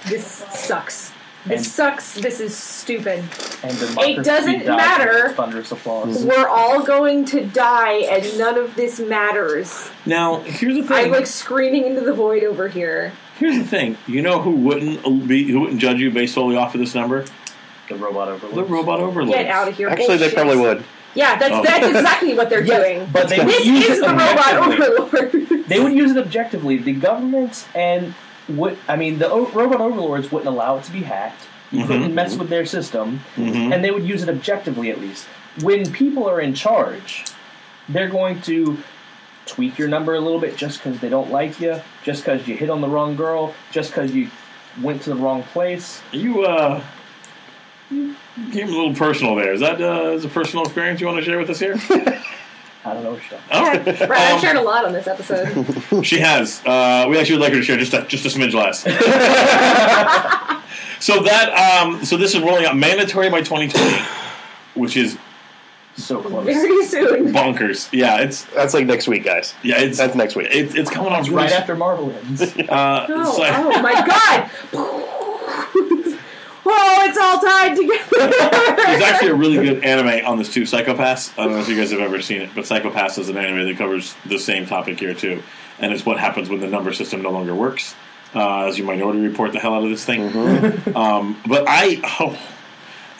Speaker 2: This sucks. This
Speaker 4: And-
Speaker 2: sucks. This is stupid.
Speaker 4: And democracy
Speaker 2: doesn't
Speaker 4: dies with
Speaker 2: matter.
Speaker 4: Thunderous applause.
Speaker 2: We're all going to die, and none of this matters.
Speaker 1: Now, here's the
Speaker 2: I'm
Speaker 1: thing.
Speaker 2: like screaming into the void over here.
Speaker 1: here's the thing. You know who wouldn't be who wouldn't judge you based solely off of this number?
Speaker 4: The robot overlords.
Speaker 1: The robot overlords.
Speaker 2: Get out of here.
Speaker 3: Actually, they
Speaker 2: bullshit.
Speaker 3: probably would.
Speaker 2: Yeah, that's
Speaker 1: Oh.
Speaker 2: that's exactly what they're
Speaker 4: Yes,
Speaker 2: doing.
Speaker 4: but they would
Speaker 2: this
Speaker 4: use
Speaker 2: is
Speaker 4: it
Speaker 2: the robot
Speaker 4: objectively.
Speaker 2: overlord.
Speaker 4: They would use it objectively. The governments and what I mean, the o- robot overlords wouldn't allow it to be hacked. You couldn't mess with their system, and they would use it objectively at least. When people are in charge, they're going to tweak your number a little bit just because they don't like you, just because you hit on the wrong girl, just because you went to the wrong place.
Speaker 1: You uh, Came a little personal there. Is that uh, is a personal experience you want to share with us here?
Speaker 4: I don't know. Shut up.
Speaker 1: All right.
Speaker 2: Right, I've
Speaker 1: Um,
Speaker 2: shared a lot on this episode.
Speaker 1: She has. Uh, we actually would like her to share just a, just a smidge less. so that um, so this is rolling out mandatory by 2020, which is
Speaker 4: So close.
Speaker 2: Very soon.
Speaker 1: bonkers. Yeah, it's
Speaker 3: That's like next week, guys.
Speaker 1: yeah it's
Speaker 3: That's next week.
Speaker 1: it's, it's coming off
Speaker 4: right after Marvel ends.
Speaker 1: Uh,
Speaker 2: No,
Speaker 1: it's like-
Speaker 2: oh my god! oh, it's all tied together.
Speaker 1: There's actually a really good anime on this too, Psychopaths. I don't know if you guys have ever seen it, but Psychopaths is an anime that covers the same topic here too, and it's what happens when the number system no longer works. Uh, as you minority report the hell out of this thing,
Speaker 4: Mm-hmm.
Speaker 1: um, but I, oh,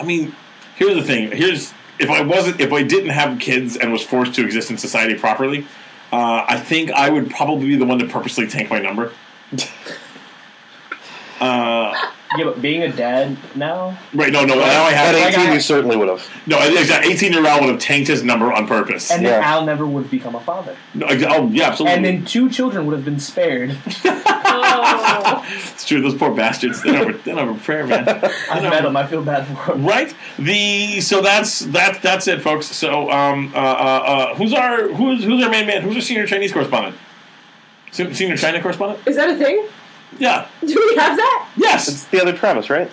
Speaker 1: I mean, here's the thing. Here's if I wasn't, if I didn't have kids and was forced to exist in society properly, uh, I think I would probably be the one to purposely tank my number. uh,
Speaker 4: yeah, but being a dad now,
Speaker 1: right? No, no. Now I
Speaker 3: At
Speaker 1: have.
Speaker 4: Like
Speaker 3: 18,
Speaker 4: I-
Speaker 3: you certainly would have.
Speaker 1: No, exactly. 18 year old would have tanked his number on purpose.
Speaker 4: and then
Speaker 3: Yeah.
Speaker 4: Al never would have become a father,
Speaker 1: No, exa- oh, yeah, absolutely.
Speaker 4: and then two children would have been spared.
Speaker 2: oh.
Speaker 1: it's true, those poor bastards. They don't have a, they don't have a prayer, man.
Speaker 4: I
Speaker 1: know.
Speaker 4: met him. I feel bad for him.
Speaker 1: Right? The so that's that that's it, folks. So um uh, uh, uh who's our who's who's our main man? Who's our senior Chinese correspondent? Se- Senior China correspondent?
Speaker 2: Is that a thing?
Speaker 1: Yeah.
Speaker 2: Do we have that?
Speaker 1: Yes.
Speaker 3: The other Travis, right?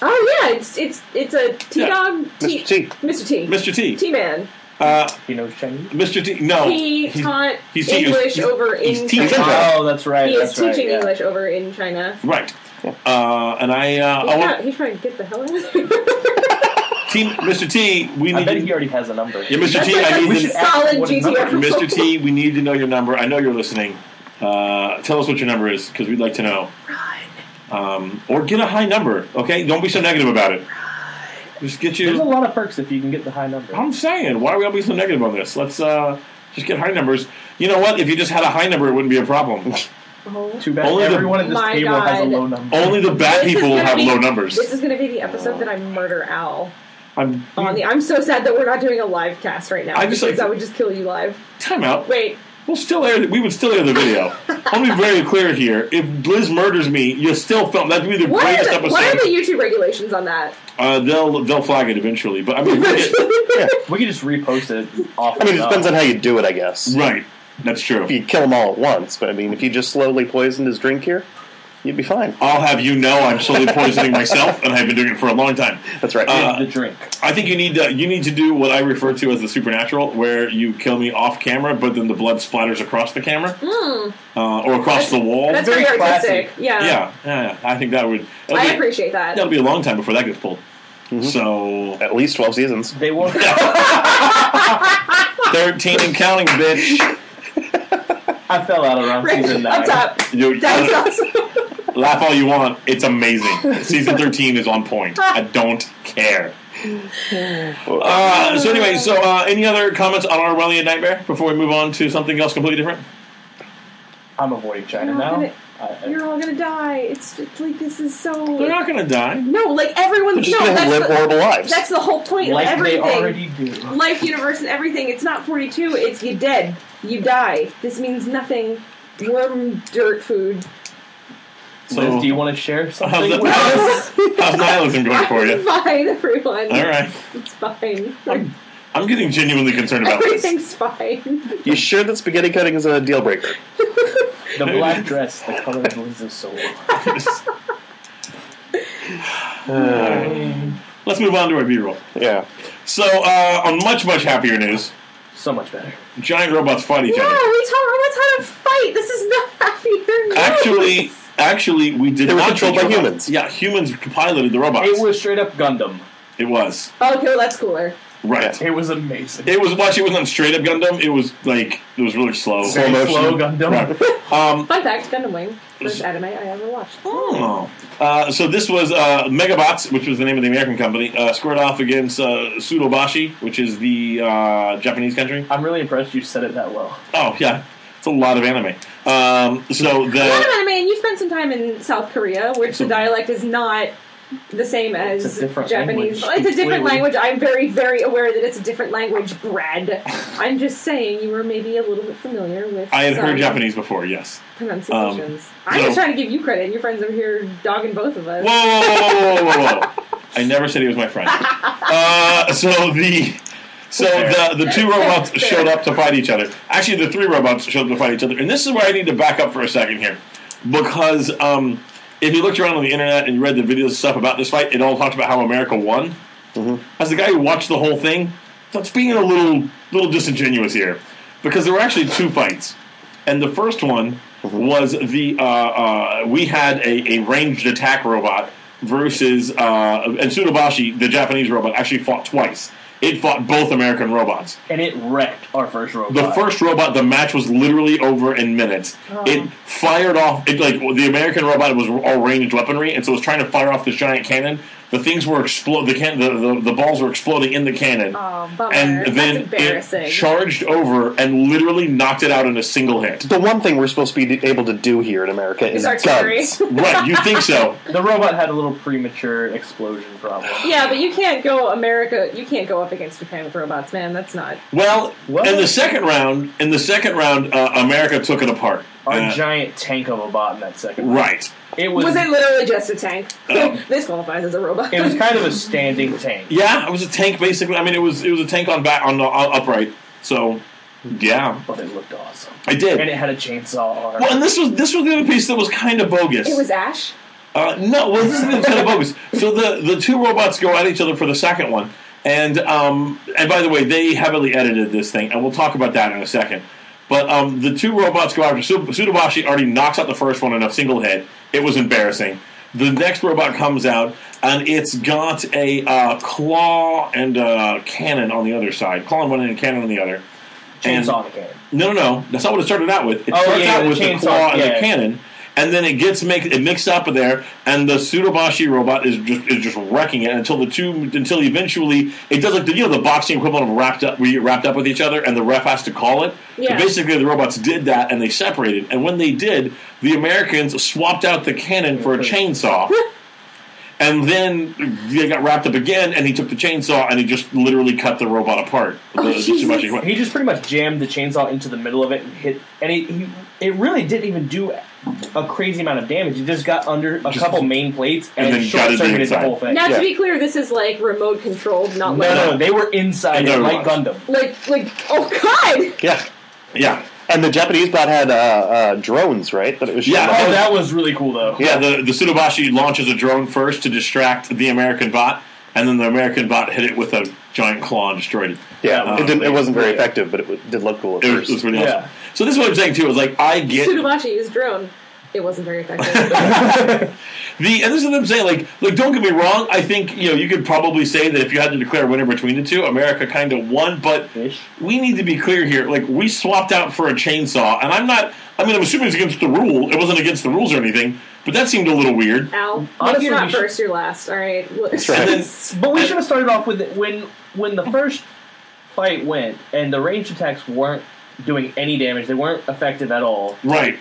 Speaker 2: Oh yeah, it's it's it's a T
Speaker 1: Yeah.
Speaker 2: dog
Speaker 3: Mr. T.
Speaker 2: Mr. T.
Speaker 1: Mr. T.
Speaker 2: T man.
Speaker 1: Uh,
Speaker 4: He knows Chinese.
Speaker 1: Mr. T. No.
Speaker 2: He
Speaker 1: Oh, He's-
Speaker 2: taught
Speaker 1: he's teaching-
Speaker 2: English
Speaker 1: he's-
Speaker 2: over
Speaker 1: he's
Speaker 2: in
Speaker 1: teaching.
Speaker 2: China.
Speaker 4: Oh, that's right.
Speaker 2: He is
Speaker 4: that's right,
Speaker 2: teaching
Speaker 4: yeah.
Speaker 2: English over in China.
Speaker 1: Right. Uh, and I, uh, I
Speaker 2: He's,
Speaker 1: want
Speaker 2: not, he's trying to get the hell out of there.
Speaker 1: team Mr. T. We
Speaker 4: I
Speaker 1: need
Speaker 4: bet he
Speaker 1: to,
Speaker 4: already has a number.
Speaker 1: yeah, Mr.
Speaker 2: That's
Speaker 1: T.
Speaker 2: like
Speaker 1: I
Speaker 2: a
Speaker 1: need
Speaker 4: we
Speaker 1: to-
Speaker 4: should ask
Speaker 2: solid
Speaker 4: him what his
Speaker 2: GTR.
Speaker 4: number
Speaker 1: Mr. T, we need to know your number. I know you're listening. Uh, tell us what your number is because we'd like to know. Um, or get a high number, okay? Don't be so negative about it. Just get
Speaker 4: There's a
Speaker 1: you.
Speaker 4: lot of perks if you can get the high number.
Speaker 1: I'm saying, why are we all being so negative on this? Let's uh, just get high numbers. You know what? If you just had a high number, it wouldn't be a problem.
Speaker 2: Oh.
Speaker 4: Too bad
Speaker 1: Only the-
Speaker 4: everyone at this
Speaker 2: My
Speaker 4: table has a
Speaker 2: God.
Speaker 4: low number.
Speaker 1: Only the bad
Speaker 2: This is
Speaker 1: people
Speaker 2: gonna
Speaker 1: have
Speaker 2: be-
Speaker 1: low numbers.
Speaker 2: This is going to be the episode that I murder Al
Speaker 1: I'm
Speaker 2: on the. I'm so sad that we're not doing a live cast right now.
Speaker 1: I just
Speaker 2: because
Speaker 1: like-
Speaker 2: I would just kill you live.
Speaker 1: time out.
Speaker 2: Wait,
Speaker 1: We'll still air. We would still air the video. I'll be very clear here. If Liz murders me, you'll still film. That'd be the
Speaker 2: what are,
Speaker 1: greatest
Speaker 2: the,
Speaker 1: episode.
Speaker 2: what are the YouTube regulations on that?
Speaker 1: uh, they'll they'll flag it eventually. But I mean, look at-
Speaker 4: We could just repost it off. uh,
Speaker 3: I mean, it
Speaker 4: and
Speaker 3: depends
Speaker 4: on.
Speaker 3: on how you do it, I guess.
Speaker 1: Right. That's true.
Speaker 3: If you kill them all at once, but I mean, if you just slowly poisoned his drink here, you'd be fine.
Speaker 1: I'll have you know I'm slowly poisoning myself, and I've been doing it for a long time.
Speaker 3: That's right.
Speaker 1: Uh,
Speaker 4: the drink.
Speaker 1: I think you need to you need to do what I refer to as the supernatural, where you kill me off camera, but then the blood splatters across the camera uh, or across the wall.
Speaker 2: Hmm. That's
Speaker 4: very
Speaker 2: very,
Speaker 4: classy.
Speaker 2: artistic. Yeah.
Speaker 1: yeah, yeah, yeah. I think that would. that'll
Speaker 2: I
Speaker 1: be-
Speaker 2: appreciate that.
Speaker 1: That'll be a long time before that gets pulled.
Speaker 3: Mm-hmm.
Speaker 1: So
Speaker 3: At least 12 seasons.
Speaker 4: They won't.
Speaker 1: thirteen and counting, bitch.
Speaker 4: I fell out around
Speaker 2: Right,
Speaker 4: season nine.
Speaker 2: up top.
Speaker 1: You,
Speaker 2: That was awesome.
Speaker 1: laugh all you want. It's amazing. Season thirteen is on point. I don't care. Uh, so anyway, so uh, any other comments on Orwellian Nightmare before we move on to something else completely different?
Speaker 4: I'm avoiding China
Speaker 2: You're not
Speaker 4: now.
Speaker 2: gonna-
Speaker 4: I, I,
Speaker 2: You're all gonna die. It's just, like this is so.
Speaker 1: They're not going to die.
Speaker 2: no, like everyone's
Speaker 3: Just
Speaker 2: no.
Speaker 3: gonna
Speaker 2: That's
Speaker 3: live
Speaker 2: the,
Speaker 3: horrible lives.
Speaker 2: that's the whole point
Speaker 4: like
Speaker 2: of everything.
Speaker 4: they already do.
Speaker 2: life, universe, and everything. It's not 42. It's you dead. You die. This means nothing. Worm, dirt, food.
Speaker 1: So-
Speaker 4: Liz, do you want to share
Speaker 1: How's,
Speaker 4: something?
Speaker 1: that,
Speaker 4: with us?
Speaker 1: how's nihilism going for
Speaker 2: It's
Speaker 1: you?
Speaker 2: fine, everyone.
Speaker 1: All right,
Speaker 2: It's fine.
Speaker 1: I'm, I'm getting genuinely concerned about this.
Speaker 2: Everything's fine.
Speaker 3: you sure that spaghetti cutting is a deal breaker?
Speaker 4: The black dress, the color of Liz's soul.
Speaker 1: Let's move on to our B-roll.
Speaker 3: Yeah.
Speaker 1: So uh, on much much happier news,
Speaker 4: So much better.
Speaker 1: giant robots fight each
Speaker 2: No, we taught
Speaker 1: other.
Speaker 2: robots how to fight. This is not happy. They're not.
Speaker 1: Actually, actually, we did
Speaker 3: They were
Speaker 1: not
Speaker 3: controlled
Speaker 1: teach
Speaker 3: by
Speaker 1: robots.
Speaker 3: humans.
Speaker 1: Yeah, humans piloted the robots.
Speaker 4: It was straight up Gundam.
Speaker 1: It was
Speaker 2: Oh, okay, well, that's cooler.
Speaker 1: right.
Speaker 4: It was amazing.
Speaker 1: It was watch. It wasn't straight up Gundam. It was like it was really slow.
Speaker 3: Slow
Speaker 4: Very
Speaker 3: motion.
Speaker 4: slow Gundam.
Speaker 1: Right.
Speaker 2: Fun fact: Gundam Wing, first anime I ever watched.
Speaker 1: Oh. Uh, so this was uh, Megabots, which was the name of the American company, uh, squared off against uh, Sudobashi, which is the uh, Japanese country.
Speaker 4: I'm really impressed you said it that well.
Speaker 1: Oh yeah, it's a lot of anime. Um, so
Speaker 2: A lot of
Speaker 1: the
Speaker 2: anime, and you spent some time in South Korea, which the dialect is not the same as
Speaker 4: It's a different
Speaker 2: Japanese.
Speaker 4: language
Speaker 2: It's a different
Speaker 4: completely.
Speaker 2: language. I'm very, very aware that it's a different language, Brad. I'm just saying you were maybe a little bit familiar with.
Speaker 1: I had
Speaker 2: some
Speaker 1: heard Japanese before. Yes. um,
Speaker 2: pronunciations. I'm just
Speaker 1: so-
Speaker 2: trying to give you credit, and your friends over here dogging both of us.
Speaker 1: Whoa, whoa, whoa, whoa, whoa, whoa, whoa! I never said he was my friend. uh, so the so the the two robots showed up to fight each other. Actually, the three robots showed up to fight each other. And this is where I need to back up for a second here, because um, if you looked around on the internet and you read the videos and stuff about this fight, it all talked about how America won. As the guy who watched the whole thing, that's being a little little disingenuous here, because there were actually two fights. And the first one was the uh, uh, we had a, a ranged attack robot versus uh, and Tsunabashi, the Japanese robot, actually fought twice. It fought both American robots.
Speaker 4: and it wrecked our first robot.
Speaker 1: The first robot, the match was literally over in minutes.
Speaker 2: Uh-huh.
Speaker 1: It fired off. It like the American robot was all ranged weaponry, and so it was trying to fire off this giant cannon. The things were explode. The, can- the, the the balls were exploding in the cannon,
Speaker 2: Oh, bummer.
Speaker 1: and
Speaker 2: That's
Speaker 1: then
Speaker 2: embarrassing.
Speaker 1: it charged over and literally knocked it out in a single hit.
Speaker 3: The one thing we're supposed to be able to do here in America is
Speaker 2: It's artillery.
Speaker 3: guns.
Speaker 1: right? You think so?
Speaker 4: The robot had a little premature explosion problem.
Speaker 2: Yeah, but you can't go America. You can't go up against Japan with robots, man. That's not.
Speaker 1: Well,
Speaker 4: What?
Speaker 1: in the second round, in the second round, uh, America took it apart.
Speaker 4: Our
Speaker 1: Uh,
Speaker 4: giant tank of a bot in that second. round.
Speaker 1: right.
Speaker 4: It was.
Speaker 2: Was it literally just a tank?
Speaker 1: Um,
Speaker 2: this qualifies as a robot.
Speaker 4: it was kind of a standing tank.
Speaker 1: Yeah, it was a tank basically. I mean, it was it was a tank on back on, on upright. So, yeah,
Speaker 4: But it looked awesome.
Speaker 1: I did.
Speaker 4: And it had a chainsaw arm.
Speaker 1: well, and this was this was the other piece that was kind of bogus.
Speaker 2: It was Ash.
Speaker 1: Uh, no, well, this is the kind of bogus. So the the two robots go at each other for the second one, and um, and by the way, they heavily edited this thing, and we'll talk about that in a second. But um, the two robots go after Su- Sudabashi already knocks out the first one in a single hit. It was embarrassing. The next robot comes out, and it's got a uh, claw and a cannon on the other side. Claw on one end and cannon on the other. And-
Speaker 4: chainsaw again.
Speaker 1: no, no, no. That's not what it started out with. It
Speaker 4: Oh,
Speaker 1: starts
Speaker 4: yeah,
Speaker 1: out
Speaker 4: the
Speaker 1: with the
Speaker 4: chainsaw,
Speaker 1: claw and the
Speaker 4: yeah.
Speaker 1: cannon, and then it gets mix, it mixed up there, and the Tsunabashi robot is just is just wrecking it until the two until eventually it does like the you know the boxing equivalent of wrapped up where you get wrapped up with each other, and the ref has to call it. So
Speaker 2: Yeah.
Speaker 1: basically, the robots did that, and they separated. And when they did, the Americans swapped out the cannon for a chainsaw. And then they got wrapped up again, and he took the chainsaw and he just literally cut the robot apart. The- the
Speaker 2: Oh, Jesus.
Speaker 1: Tsunabashi robot.
Speaker 4: He just pretty much jammed the chainsaw into the middle of it and hit. And he, he, it really didn't even do a crazy amount of damage. It just got under a couple main plates and,
Speaker 1: and then
Speaker 4: it short
Speaker 1: gutted the
Speaker 4: circuited the
Speaker 1: inside.
Speaker 4: whole thing.
Speaker 2: Now,
Speaker 3: Yeah.
Speaker 2: to be clear, this is like remote controlled, not
Speaker 4: No,
Speaker 2: like
Speaker 4: no, they were inside
Speaker 1: Another
Speaker 4: it, like
Speaker 1: one.
Speaker 4: Gundam.
Speaker 2: like like. Oh God!
Speaker 3: Yeah.
Speaker 1: Yeah.
Speaker 3: And the Japanese bot had uh, uh, drones, right? That it was
Speaker 1: Yeah.
Speaker 3: shooting
Speaker 4: Oh,
Speaker 3: at.
Speaker 4: that was really cool though.
Speaker 1: Yeah, the, the Tsunabashi launches a drone first to distract the American bot, and then the American bot hit it with a giant claw and destroyed it.
Speaker 3: yeah.
Speaker 1: Uh,
Speaker 3: It, didn't, it wasn't very effective, but it w- did look cool at
Speaker 1: It
Speaker 3: first.
Speaker 1: was, it was really
Speaker 4: Yeah.
Speaker 1: awesome. So this is what I'm saying too. Is like I get
Speaker 2: Tsunabashi is drone. It wasn't very effective.
Speaker 1: the and this is what I'm saying. Like like don't get me wrong. I think you know you could probably say that if you had to declare a winner between the two, America kind of won. But
Speaker 4: Ish.
Speaker 1: we need to be clear here. Like we swapped out for a chainsaw, and I'm not. I mean, I'm assuming it's against the rule. It wasn't against the rules or anything, but that seemed a little weird.
Speaker 2: Al,
Speaker 4: Honestly,
Speaker 2: if you're
Speaker 4: we
Speaker 2: not
Speaker 4: should-
Speaker 2: first, you're last. All right. That's
Speaker 3: right.
Speaker 1: And
Speaker 4: But we should have started off with it when when the first fight went and the ranged attacks weren't doing any damage. They weren't effective at all.
Speaker 1: Right.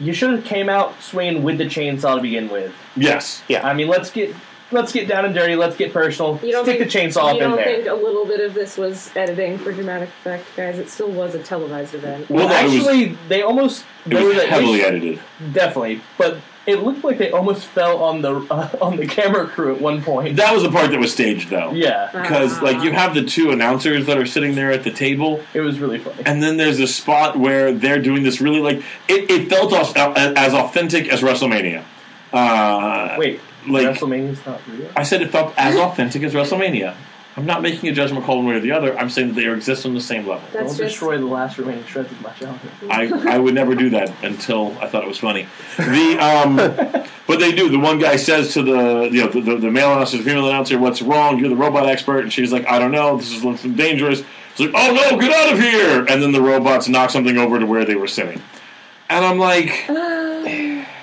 Speaker 4: You should have came out swinging with the chainsaw to begin with.
Speaker 1: Yes.
Speaker 3: Yeah.
Speaker 4: I mean, let's get let's get down and dirty. Let's get personal.
Speaker 2: You don't
Speaker 4: Stick
Speaker 2: think,
Speaker 4: the chainsaw up
Speaker 2: You
Speaker 4: in
Speaker 2: don't
Speaker 4: there.
Speaker 2: think a little bit of this was editing for dramatic effect, guys? It still was a televised event.
Speaker 1: Well, no, it was-
Speaker 4: Actually, they almost
Speaker 1: It
Speaker 4: there
Speaker 1: was
Speaker 4: a-
Speaker 1: heavily edited.
Speaker 4: definitely, but it looked like they almost fell on the uh, on the camera crew at one point.
Speaker 1: That was the part that was staged, though.
Speaker 2: Uh-huh.
Speaker 4: yeah,
Speaker 1: because like you have the two announcers that are sitting there at the table
Speaker 4: it was really funny.
Speaker 1: and then there's a spot where they're doing this really like it, it felt as, as authentic as wrestlemania uh,
Speaker 4: Wait,
Speaker 1: like-
Speaker 4: WrestleMania's not real.
Speaker 1: i said it felt as authentic as wrestlemania i'm not making a judgment call one way or the other i'm saying that they exist on the same level
Speaker 2: That's
Speaker 4: Don't
Speaker 2: just
Speaker 4: destroy the last remaining shreds of my childhood.
Speaker 1: I, I would never do that until I thought it was funny. The um, but they do. The one guy says to the you know the, the, the male announcer, the female announcer, "What's wrong? You're the robot expert." And she's like, "I don't know. This is looks dangerous." She's like, "Oh no, get out of here!" And then the robots knock something over to where they were sitting. And I'm like,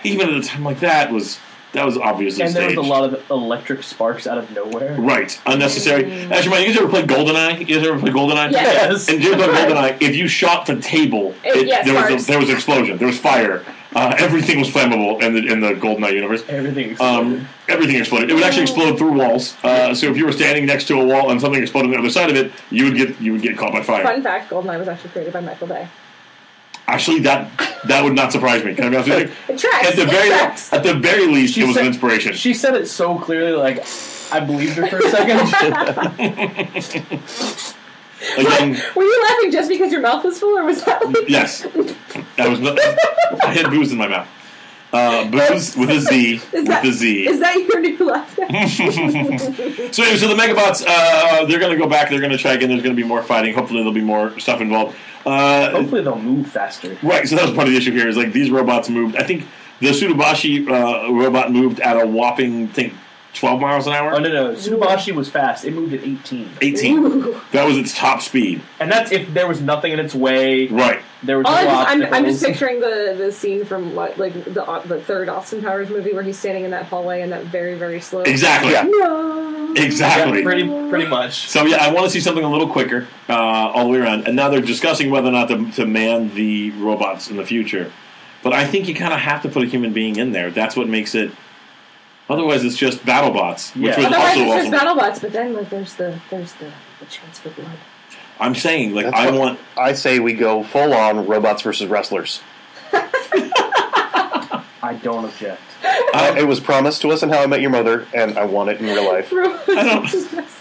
Speaker 1: even at a time like that was that was obviously
Speaker 4: And there was
Speaker 1: staged.
Speaker 4: a lot of electric sparks out of nowhere.
Speaker 1: Right, unnecessary. Actually, man, you guys ever play GoldenEye? You guys ever play GoldenEye?
Speaker 2: Mm. Yes.
Speaker 4: Yes.
Speaker 1: And during the GoldenEye, if you shot the table,
Speaker 2: It-
Speaker 1: it,
Speaker 2: yes,
Speaker 1: there, was
Speaker 2: sparks.
Speaker 1: a, there was an explosion. There was fire. Uh, everything was flammable in the in the GoldenEye universe.
Speaker 4: Everything exploded.
Speaker 1: Um, everything exploded. It would actually explode through walls. Uh, so if you were standing next to a wall and something exploded on the other side of it, you would get you would get caught by fire.
Speaker 2: fun fact. Goldeneye was actually created by Michael Bay.
Speaker 1: Actually, that That would not surprise me. Can I be honest with you?
Speaker 2: It tracks.
Speaker 1: At the
Speaker 2: it
Speaker 1: very
Speaker 2: tracks.
Speaker 1: at the very least,
Speaker 4: She
Speaker 1: it was
Speaker 4: said-
Speaker 1: an inspiration.
Speaker 4: She said it so clearly, like I believed her for a second.
Speaker 1: Again,
Speaker 2: Were you laughing just because your mouth was full, or was that like
Speaker 1: yes, I was. Not, I had booze in my mouth. Uh, booze with a Z,
Speaker 2: Is
Speaker 1: with
Speaker 2: that,
Speaker 1: a Z.
Speaker 2: Is that your new laugh? now?
Speaker 1: So, anyway, so the Megabots, uh, they're going to go back. They're going to try again. There's going to be more fighting. Hopefully, there'll be more stuff involved. Uh,
Speaker 4: Hopefully, they'll move faster.
Speaker 1: Right, so that was part of the issue here. Is like these robots moved. I think the Sudobashi uh, robot moved at a whopping, I think, twelve miles an hour.
Speaker 4: Oh no, no, Tsubashi was fast. It moved at 18,
Speaker 1: Eighteen.
Speaker 2: Ooh.
Speaker 1: That was its top speed.
Speaker 4: and that's if there was nothing in its way.
Speaker 1: Right.
Speaker 4: There was
Speaker 2: All
Speaker 4: no
Speaker 2: I just, I'm, I'm
Speaker 4: obstacles.
Speaker 2: just picturing the, the scene from what, like the au- the third Austin Powers movie where he's standing in that hallway and that very very slow.
Speaker 1: Exactly.
Speaker 3: Yeah.
Speaker 2: No.
Speaker 1: Exactly.
Speaker 4: Yeah, pretty, pretty much.
Speaker 1: so yeah, I want to see something a little quicker uh, all the way around. And now they're discussing whether or not to, to man the robots in the future. But I think you kind of have to put a human being in there. That's what makes it. Otherwise, it's just battle bots, which
Speaker 4: Yeah.
Speaker 1: was
Speaker 2: Otherwise,
Speaker 1: also
Speaker 2: it's just
Speaker 1: awesome.
Speaker 2: BattleBots, but then like there's the there's the, the chance for blood.
Speaker 1: I'm saying, like,
Speaker 3: That's
Speaker 1: I
Speaker 3: what-
Speaker 1: want
Speaker 3: I say we go full on robots versus wrestlers.
Speaker 4: I don't object.
Speaker 3: Uh, it was promised to us in How I Met Your Mother, and I want it in real life.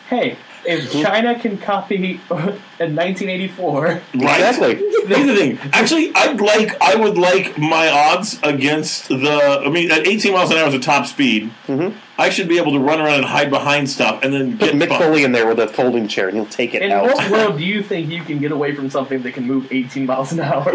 Speaker 4: Hey, hey, if China can copy in 1984,
Speaker 1: right?
Speaker 3: Exactly.
Speaker 1: Here's the thing. Actually, I'd like I would like my odds against the. I mean, at 18 miles an hour is a top speed. I should be able to run around and hide behind stuff and then
Speaker 3: Mm-hmm. Put
Speaker 1: get
Speaker 3: Mick
Speaker 1: bumped.
Speaker 3: Foley in there with a folding chair, and he'll take it
Speaker 4: in
Speaker 3: out.
Speaker 4: what world do you think you can get away from something that can move 18 miles an hour?
Speaker 1: Well,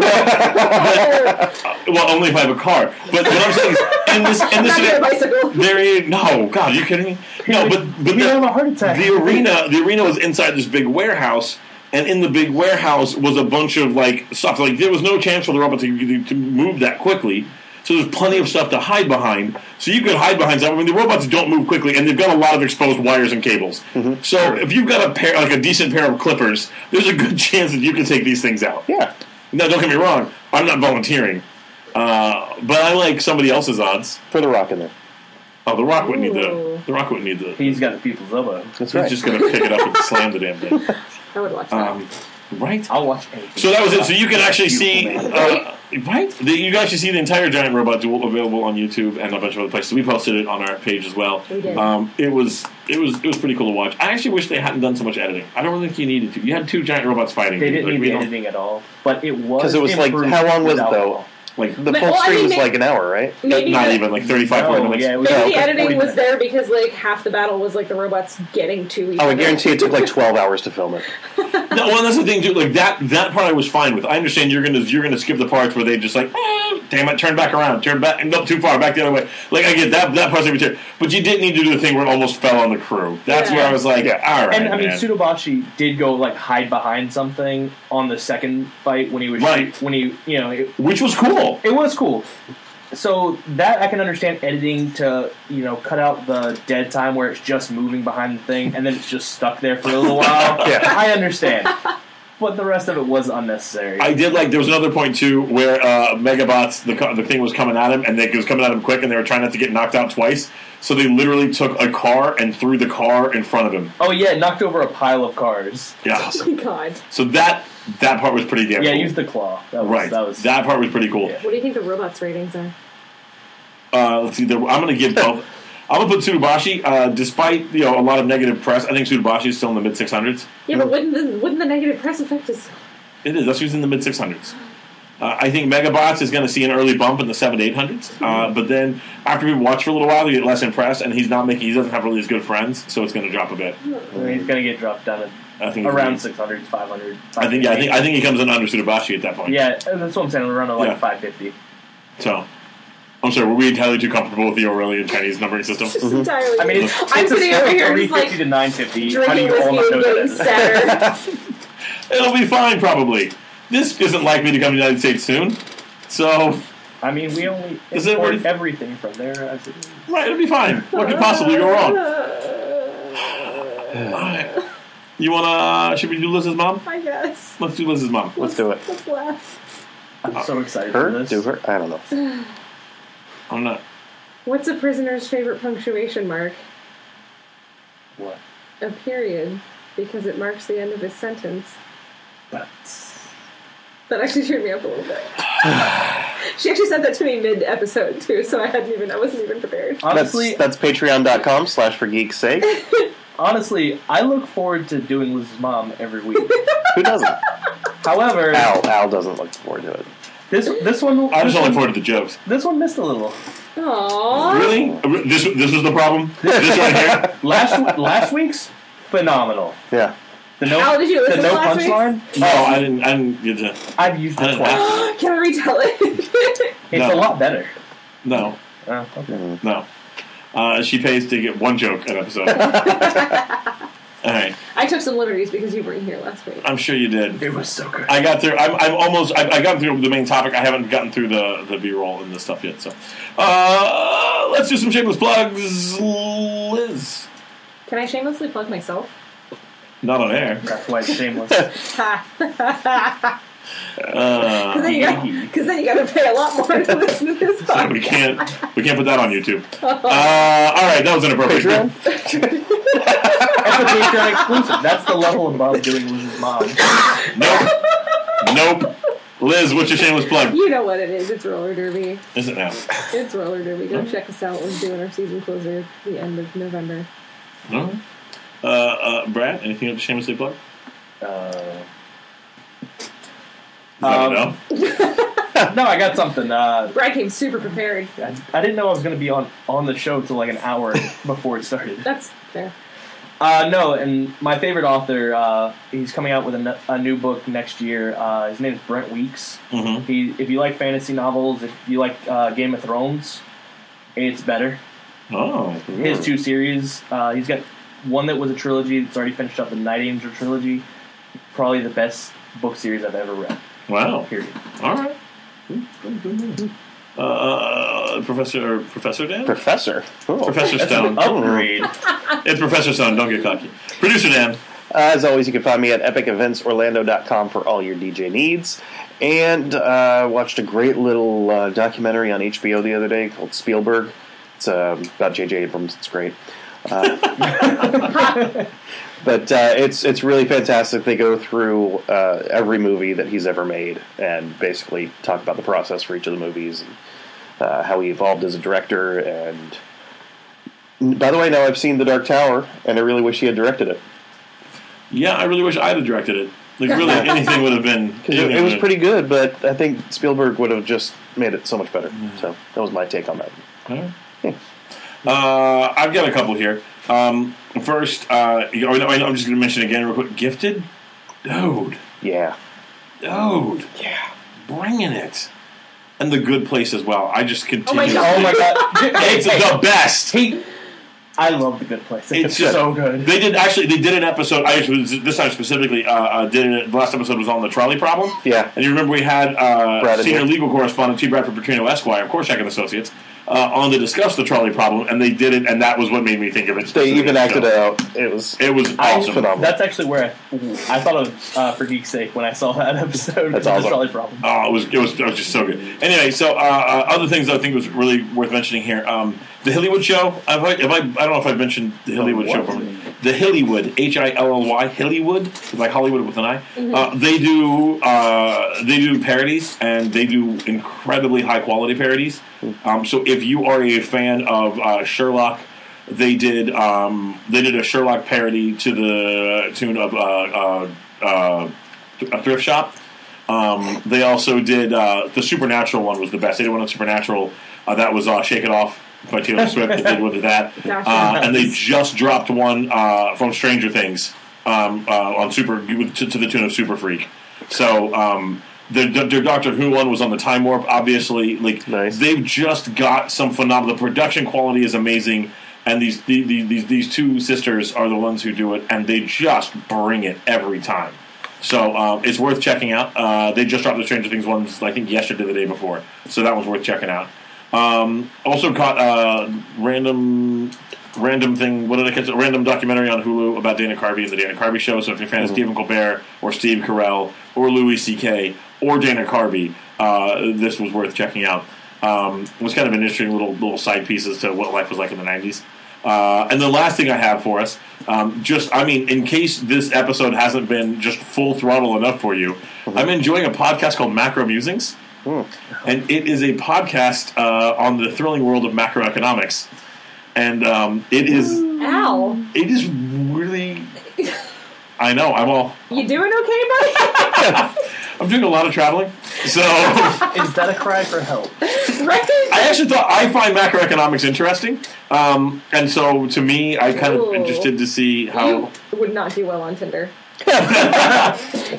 Speaker 1: only if I have a car. But what I'm saying is, in this in this
Speaker 2: Not get a
Speaker 1: event,
Speaker 2: bicycle.
Speaker 1: there you no God, are you kidding me? No, but but
Speaker 4: you have a
Speaker 1: the,
Speaker 4: heart attack.
Speaker 1: the arena the arena was inside this big warehouse. And in the big warehouse was a bunch of like stuff. Like there was no chance for the robot to, to move that quickly. So there's plenty of stuff to hide behind. So you could hide behind stuff. I mean, the robots don't move quickly, and they've got a lot of exposed wires and cables.
Speaker 4: Mm-hmm.
Speaker 1: So if you've got a pair, like a decent pair of clippers, there's a good chance that you can take these things out.
Speaker 3: Yeah.
Speaker 1: Now, don't get me wrong. I'm not volunteering, uh, but I like somebody else's odds.
Speaker 3: Throw the rock in there.
Speaker 1: Oh, The Rock wouldn't need the.
Speaker 2: Ooh.
Speaker 1: The Rock wouldn't need the.
Speaker 4: He's got a people's elbow.
Speaker 3: That's
Speaker 1: he's
Speaker 3: right.
Speaker 1: just gonna pick it up and slam the damn thing.
Speaker 2: I would watch that.
Speaker 1: Um, right.
Speaker 4: I'll watch anything.
Speaker 1: So that was it. So you can actually
Speaker 4: Beautiful
Speaker 1: see,
Speaker 4: man.
Speaker 1: uh, right? The, you can actually see the entire giant robot duel available on YouTube and a bunch of other places. We posted it on our page as well.
Speaker 2: We did.
Speaker 1: Um, it was it was it was pretty cool to watch. I actually wish they hadn't done so much editing. I don't really think you needed to. You had two giant robots fighting.
Speaker 4: They didn't
Speaker 1: Like,
Speaker 4: need
Speaker 1: we
Speaker 4: the
Speaker 1: don't-
Speaker 4: editing at all, but it was
Speaker 3: 'Cause it was like-
Speaker 4: improved
Speaker 3: how long was it,
Speaker 4: without
Speaker 3: though?
Speaker 4: all.
Speaker 1: Like
Speaker 3: The
Speaker 2: But-
Speaker 3: full
Speaker 2: well, I
Speaker 3: screen
Speaker 2: mean,
Speaker 3: was
Speaker 2: may-
Speaker 3: like an hour, right?
Speaker 2: maybe
Speaker 1: not
Speaker 2: the,
Speaker 1: even like 35,
Speaker 4: No,
Speaker 1: 40 minutes.
Speaker 4: yeah, it was
Speaker 2: Maybe
Speaker 3: No,
Speaker 2: the
Speaker 3: but-
Speaker 2: editing was there because like half the battle was like the robots getting to each
Speaker 3: Oh,
Speaker 2: other.
Speaker 3: I guarantee it took like 12 hours to film it.
Speaker 1: No, well, that's the thing too. Like that that part I was fine with. I understand you're gonna you're gonna skip the parts where they just like, "Eh, damn it, turn back around, turn back, nope, too far, back the other way. Like I get that that part's every turn, but you didn't need to do the thing where it almost fell on the crew. That's
Speaker 2: Yeah.
Speaker 1: where I was like,
Speaker 3: Yeah.
Speaker 1: all right,
Speaker 4: And I mean,
Speaker 1: man.
Speaker 4: Tsudobashi did go like hide behind something on the second fight when he was
Speaker 1: Right.
Speaker 4: shoot- when he you know it,
Speaker 1: which was cool.
Speaker 4: it was cool. So that I can understand editing to you know cut out the dead time where it's just moving behind the thing and then it's just stuck there for a little while.
Speaker 3: Yeah.
Speaker 4: I understand, but the rest of it was unnecessary.
Speaker 1: I did like there was another point too where uh, Megabots the co- the thing was coming at him and they, it was coming at him quick and they were trying not to get knocked out twice. So they literally took a car and threw the car in front of him.
Speaker 4: oh yeah, it knocked over a pile of cars.
Speaker 1: Yeah.
Speaker 2: Oh my God,
Speaker 1: So that that part was pretty damn
Speaker 4: Yeah,
Speaker 1: cool.
Speaker 4: use the claw. That was,
Speaker 1: right.
Speaker 4: That was
Speaker 1: that part was pretty cool.
Speaker 4: Yeah.
Speaker 2: what do you think the robots' ratings are?
Speaker 1: Uh, let's see. There, I'm going to give both. I'm going to put Tsubashi, uh, despite you know a lot of negative press. I think Tsubashi is still in the mid 600s.
Speaker 2: Yeah, but wouldn't the, wouldn't the negative press affect us?
Speaker 1: It is. That's who's in the mid 600s. Uh, I think Megabots is going to see an early bump in the seven to eight hundreds,
Speaker 4: Hmm.
Speaker 1: uh, but then after we watch for a little while, we get less impressed, and he's not making. He doesn't have really as good friends, so it's going to drop a bit.
Speaker 4: I mean, he's gonna get dropped down to
Speaker 1: I think
Speaker 4: around 600, 500.
Speaker 1: I think. Yeah, I think. I think he comes in under Tsubashi at that point.
Speaker 4: Yeah, that's what I'm saying. Around like
Speaker 1: Yeah.
Speaker 4: 550.
Speaker 1: So, I'm sorry. Were we entirely too comfortable with the Aurelian Chinese numbering system?
Speaker 2: Just entirely.
Speaker 4: I mean, it's,
Speaker 2: I'm
Speaker 4: it's a
Speaker 2: sitting
Speaker 4: scale
Speaker 2: over
Speaker 4: of
Speaker 2: here just
Speaker 4: 350
Speaker 2: like
Speaker 4: to 950. How do
Speaker 2: drinking
Speaker 4: you all
Speaker 2: whiskey and
Speaker 4: not know that?
Speaker 2: getting
Speaker 4: is?
Speaker 2: sadder.
Speaker 1: It'll be fine, probably. This isn't likely to come to the United States soon, so
Speaker 4: I mean, we only
Speaker 1: Is it
Speaker 4: import
Speaker 1: worth-
Speaker 4: everything from there. I think.
Speaker 1: Right, it'll be fine. What could possibly go wrong? You wanna? Should we do Liz's mom?
Speaker 2: I guess.
Speaker 1: Let's do Liz's mom.
Speaker 3: Let's do it.
Speaker 2: Let's laugh.
Speaker 4: I'm so excited for
Speaker 3: Her?
Speaker 4: this.
Speaker 3: Do her? I don't know.
Speaker 1: I'm not.
Speaker 2: What's a prisoner's favorite punctuation mark?
Speaker 4: What?
Speaker 2: A period, because it marks the end of his sentence.
Speaker 4: But
Speaker 2: That actually cheered me up a little bit. she actually said that to me mid episode too, so I hadn't even I wasn't even prepared.
Speaker 4: Honestly,
Speaker 3: that's, that's patreon.com slash for geek's sake.
Speaker 4: honestly, I look forward to doing Liz's mom every week.
Speaker 3: Who doesn't?
Speaker 4: However,
Speaker 3: Al. Al doesn't look forward to it.
Speaker 4: this this one
Speaker 1: I
Speaker 4: this,
Speaker 1: just only
Speaker 4: one
Speaker 1: forwarded the jokes.
Speaker 4: this one missed a little.
Speaker 2: Aww.
Speaker 1: Really? This this was the problem. This right here.
Speaker 4: Last last week's phenomenal.
Speaker 3: Yeah.
Speaker 4: The no,
Speaker 2: Al, did you listen
Speaker 4: the no
Speaker 2: to last
Speaker 4: punchline.
Speaker 1: No, I didn't. I didn't get to.
Speaker 4: I've used
Speaker 1: I
Speaker 4: it
Speaker 1: don't
Speaker 4: twice.
Speaker 2: Can I retell it?
Speaker 4: It's
Speaker 1: No.
Speaker 4: a lot better.
Speaker 1: No,
Speaker 4: Oh, okay.
Speaker 1: no. Uh, she pays to get one joke an episode. All right,
Speaker 2: I took some liberties because you weren't here last week.
Speaker 1: I'm sure you did.
Speaker 4: It was so good.
Speaker 1: I got through. I'm, I'm almost. I, I got through the main topic. I haven't gotten through the the B roll and the stuff yet. So, uh, let's do some shameless plugs. Liz,
Speaker 2: Can I shamelessly plug myself?
Speaker 1: not on air.
Speaker 4: That's why it's shameless.
Speaker 2: Ha.
Speaker 1: Uh,
Speaker 2: Because then you got to pay a lot more to listen to this
Speaker 1: so we
Speaker 2: podcast.
Speaker 1: can't. We can't put that on YouTube. Uh, all right, that was inappropriate.
Speaker 3: Patreon?
Speaker 4: That's a Patreon exclusive. That's the level above doing Liz's mom.
Speaker 1: Nope. nope. Liz, what's your shameless plug?
Speaker 2: You know what it is. It's roller derby.
Speaker 1: Is it now?
Speaker 2: It's roller derby. Go check us out. We're doing our season closer at the end of November.
Speaker 1: No. Uh, uh, Brad, anything else to shamelessly plug?
Speaker 4: Uh,
Speaker 1: I don't
Speaker 4: Um,
Speaker 1: know.
Speaker 4: no, I got something. Uh,
Speaker 2: Brad came super prepared.
Speaker 4: I, I didn't know I was going to be on, on the show till like an hour before it started.
Speaker 2: That's fair.
Speaker 4: Uh, no, and my favorite author, uh, he's coming out with a, n- a new book next year. Uh, his name is Brent Weeks.
Speaker 1: Mhm.
Speaker 4: He, if you like fantasy novels, if you like uh, Game of Thrones, it's better.
Speaker 1: Oh.
Speaker 4: His two series, uh, he's got one that was a trilogy that's already finished up, the Night Angel trilogy. Probably the best book series I've ever read.
Speaker 1: Wow.
Speaker 4: Period.
Speaker 1: All right. Uh, uh, Professor Professor Dan?
Speaker 3: Professor. Cool.
Speaker 1: Professor
Speaker 4: That's an
Speaker 1: Stone.
Speaker 4: upgrade.
Speaker 1: It's Professor Stone. Don't get cocky. Producer Dan.
Speaker 3: Uh, As always, you can find me at epiceventorlando.com for all your DJ needs. And uh, I watched a great little uh, documentary on HBO the other day called Spielberg. It's um about J.J. Abrams. It's great. Uh, but uh, it's it's really fantastic. They go through uh, every movie that he's ever made and basically talk about the process for each of the movies and uh, how he evolved as a director. And by the way, now I've seen The Dark Tower, and I really wish he had directed it.
Speaker 1: Yeah, I really wish I'd have directed it. Like really, anything would have been.
Speaker 3: It, it
Speaker 1: anything
Speaker 3: was
Speaker 1: would-
Speaker 3: pretty good, but I think Spielberg would have just made it so much better. So that was my take on that.
Speaker 1: Alright. Uh, I've got a couple here. Um, first, uh, you- oh, no, I'm just going to mention again real quick. Gifted, dude,
Speaker 3: Yeah,
Speaker 1: dude, yeah, bringing it, and the good place as well. I just continue.
Speaker 4: Oh my god! Hey,
Speaker 1: it's
Speaker 4: hey,
Speaker 1: the best.
Speaker 4: hey, I love the Good Place. It's,
Speaker 1: just-
Speaker 4: so good.
Speaker 1: They did actually. They did an episode. I was this time specifically. Uh, uh, did it, the last episode was on the trolley problem.
Speaker 3: Yeah.
Speaker 1: and you remember we had uh,
Speaker 3: Brad in
Speaker 1: senior
Speaker 3: here.
Speaker 1: legal correspondent T. Bradford Petrino Esquire of Korshak and Associates uh, on to discuss the trolley problem, and they did it, and that was what made me think of it.
Speaker 3: they
Speaker 1: specifically.
Speaker 3: even acted
Speaker 1: So,
Speaker 3: out. It was
Speaker 1: It was
Speaker 4: I-
Speaker 1: awesome.
Speaker 3: phenomenal.
Speaker 4: That's actually where I, I thought of uh, for geek's sake when I saw that episode.
Speaker 3: That's
Speaker 4: of
Speaker 3: awesome.
Speaker 4: The trolley problem.
Speaker 1: Oh, it was, it was it was just so good. Anyway, so uh, uh, other things I think was really worth mentioning here. Um, the Hillywood Show. Have I, have I, I don't know if I've mentioned the Hillywood
Speaker 4: what?
Speaker 1: Show. Before. The Hillywood, H I L L Y, Hillywood, like Hollywood with an I. Uh, they do uh, they do parodies and they do incredibly high quality parodies. Um, so if you are a fan of uh, Sherlock. They did. Um, they did a Sherlock parody to the tune of uh, uh, uh, a thrift shop. Um, they also did uh, the Supernatural one was the best. They did one on Supernatural uh, that was uh, "Shake It Off" by Taylor Swift. they did one to that,
Speaker 2: Gotcha.
Speaker 1: uh, and they just dropped one uh, from Stranger Things um, uh, on Super to, to the tune of "Super Freak." So um, their, their Doctor Who one was on the Time Warp. Obviously, like
Speaker 3: Nice.
Speaker 1: they've just got some phenomenal. The production quality is amazing. And these, the- the- these these two sisters are the ones who do it, and they just bring it every time. So um, it's worth checking out. Uh, they just dropped the Stranger Things ones, I think, yesterday, or the day before. So that one's worth checking out. Um, also caught uh, random random thing. What did I catch? A random documentary on Hulu about Dana Carvey and the Dana Carvey Show. So if you're a fan of Stephen Colbert or Steve Carell or Louis C.K. or Dana Carvey, uh, this was worth checking out. Um, it was kind of an interesting little little side piece as to what life was like in the '90s. Uh, and the last thing I have for us, um, just I mean, in case this episode hasn't been just full throttle enough for you, I'm enjoying a podcast called Macro Musings, and it is a podcast uh, on the thrilling world of macroeconomics, and um, it is
Speaker 6: Ow.
Speaker 1: it is really. I know. I'm all.
Speaker 6: You doing okay, buddy?
Speaker 1: I'm doing a lot of traveling, so I
Speaker 4: Is that a cry for help?
Speaker 6: right?
Speaker 1: actually thought I find macroeconomics interesting, um, and so to me, I kind of
Speaker 6: Ooh.
Speaker 1: interested to see how.
Speaker 6: You would not do well on Tinder.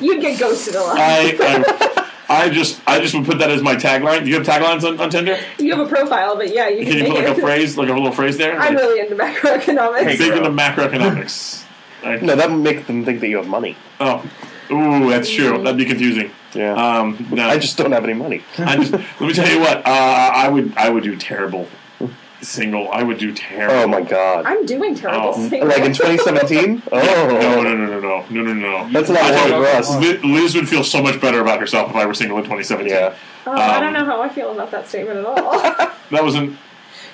Speaker 6: You'd get ghosted a lot.
Speaker 1: I, I, I just I just would put that as my tagline. Do you have taglines on, on Tinder?
Speaker 6: you have a profile, but yeah, you can,
Speaker 1: Can you
Speaker 6: make
Speaker 1: put like a
Speaker 6: it.
Speaker 1: phrase, like a little phrase there?
Speaker 6: I'm
Speaker 1: Like,
Speaker 6: really into macroeconomics.
Speaker 1: big into macroeconomics. Like,
Speaker 3: No, that would make them think that you have money.
Speaker 1: Oh, ooh, that's true. That'd be confusing.
Speaker 3: Yeah.
Speaker 1: Um, no,
Speaker 3: I just don't have any money.
Speaker 1: I just let me tell you what. Uh, I would I would do terrible single. I would do terrible.
Speaker 3: Oh my god.
Speaker 6: I'm doing terrible
Speaker 1: Oh.
Speaker 6: things.
Speaker 3: Like in 2017?
Speaker 1: No, no,
Speaker 3: Oh.
Speaker 1: no, no, no, no, no, no. no.
Speaker 3: That's a lot of work for us.
Speaker 1: Li- Liz would feel so much better about herself if I were single in 2017.
Speaker 3: Yeah.
Speaker 6: Oh, I
Speaker 1: Um,
Speaker 6: don't know how I feel about that statement at all.
Speaker 1: That wasn't.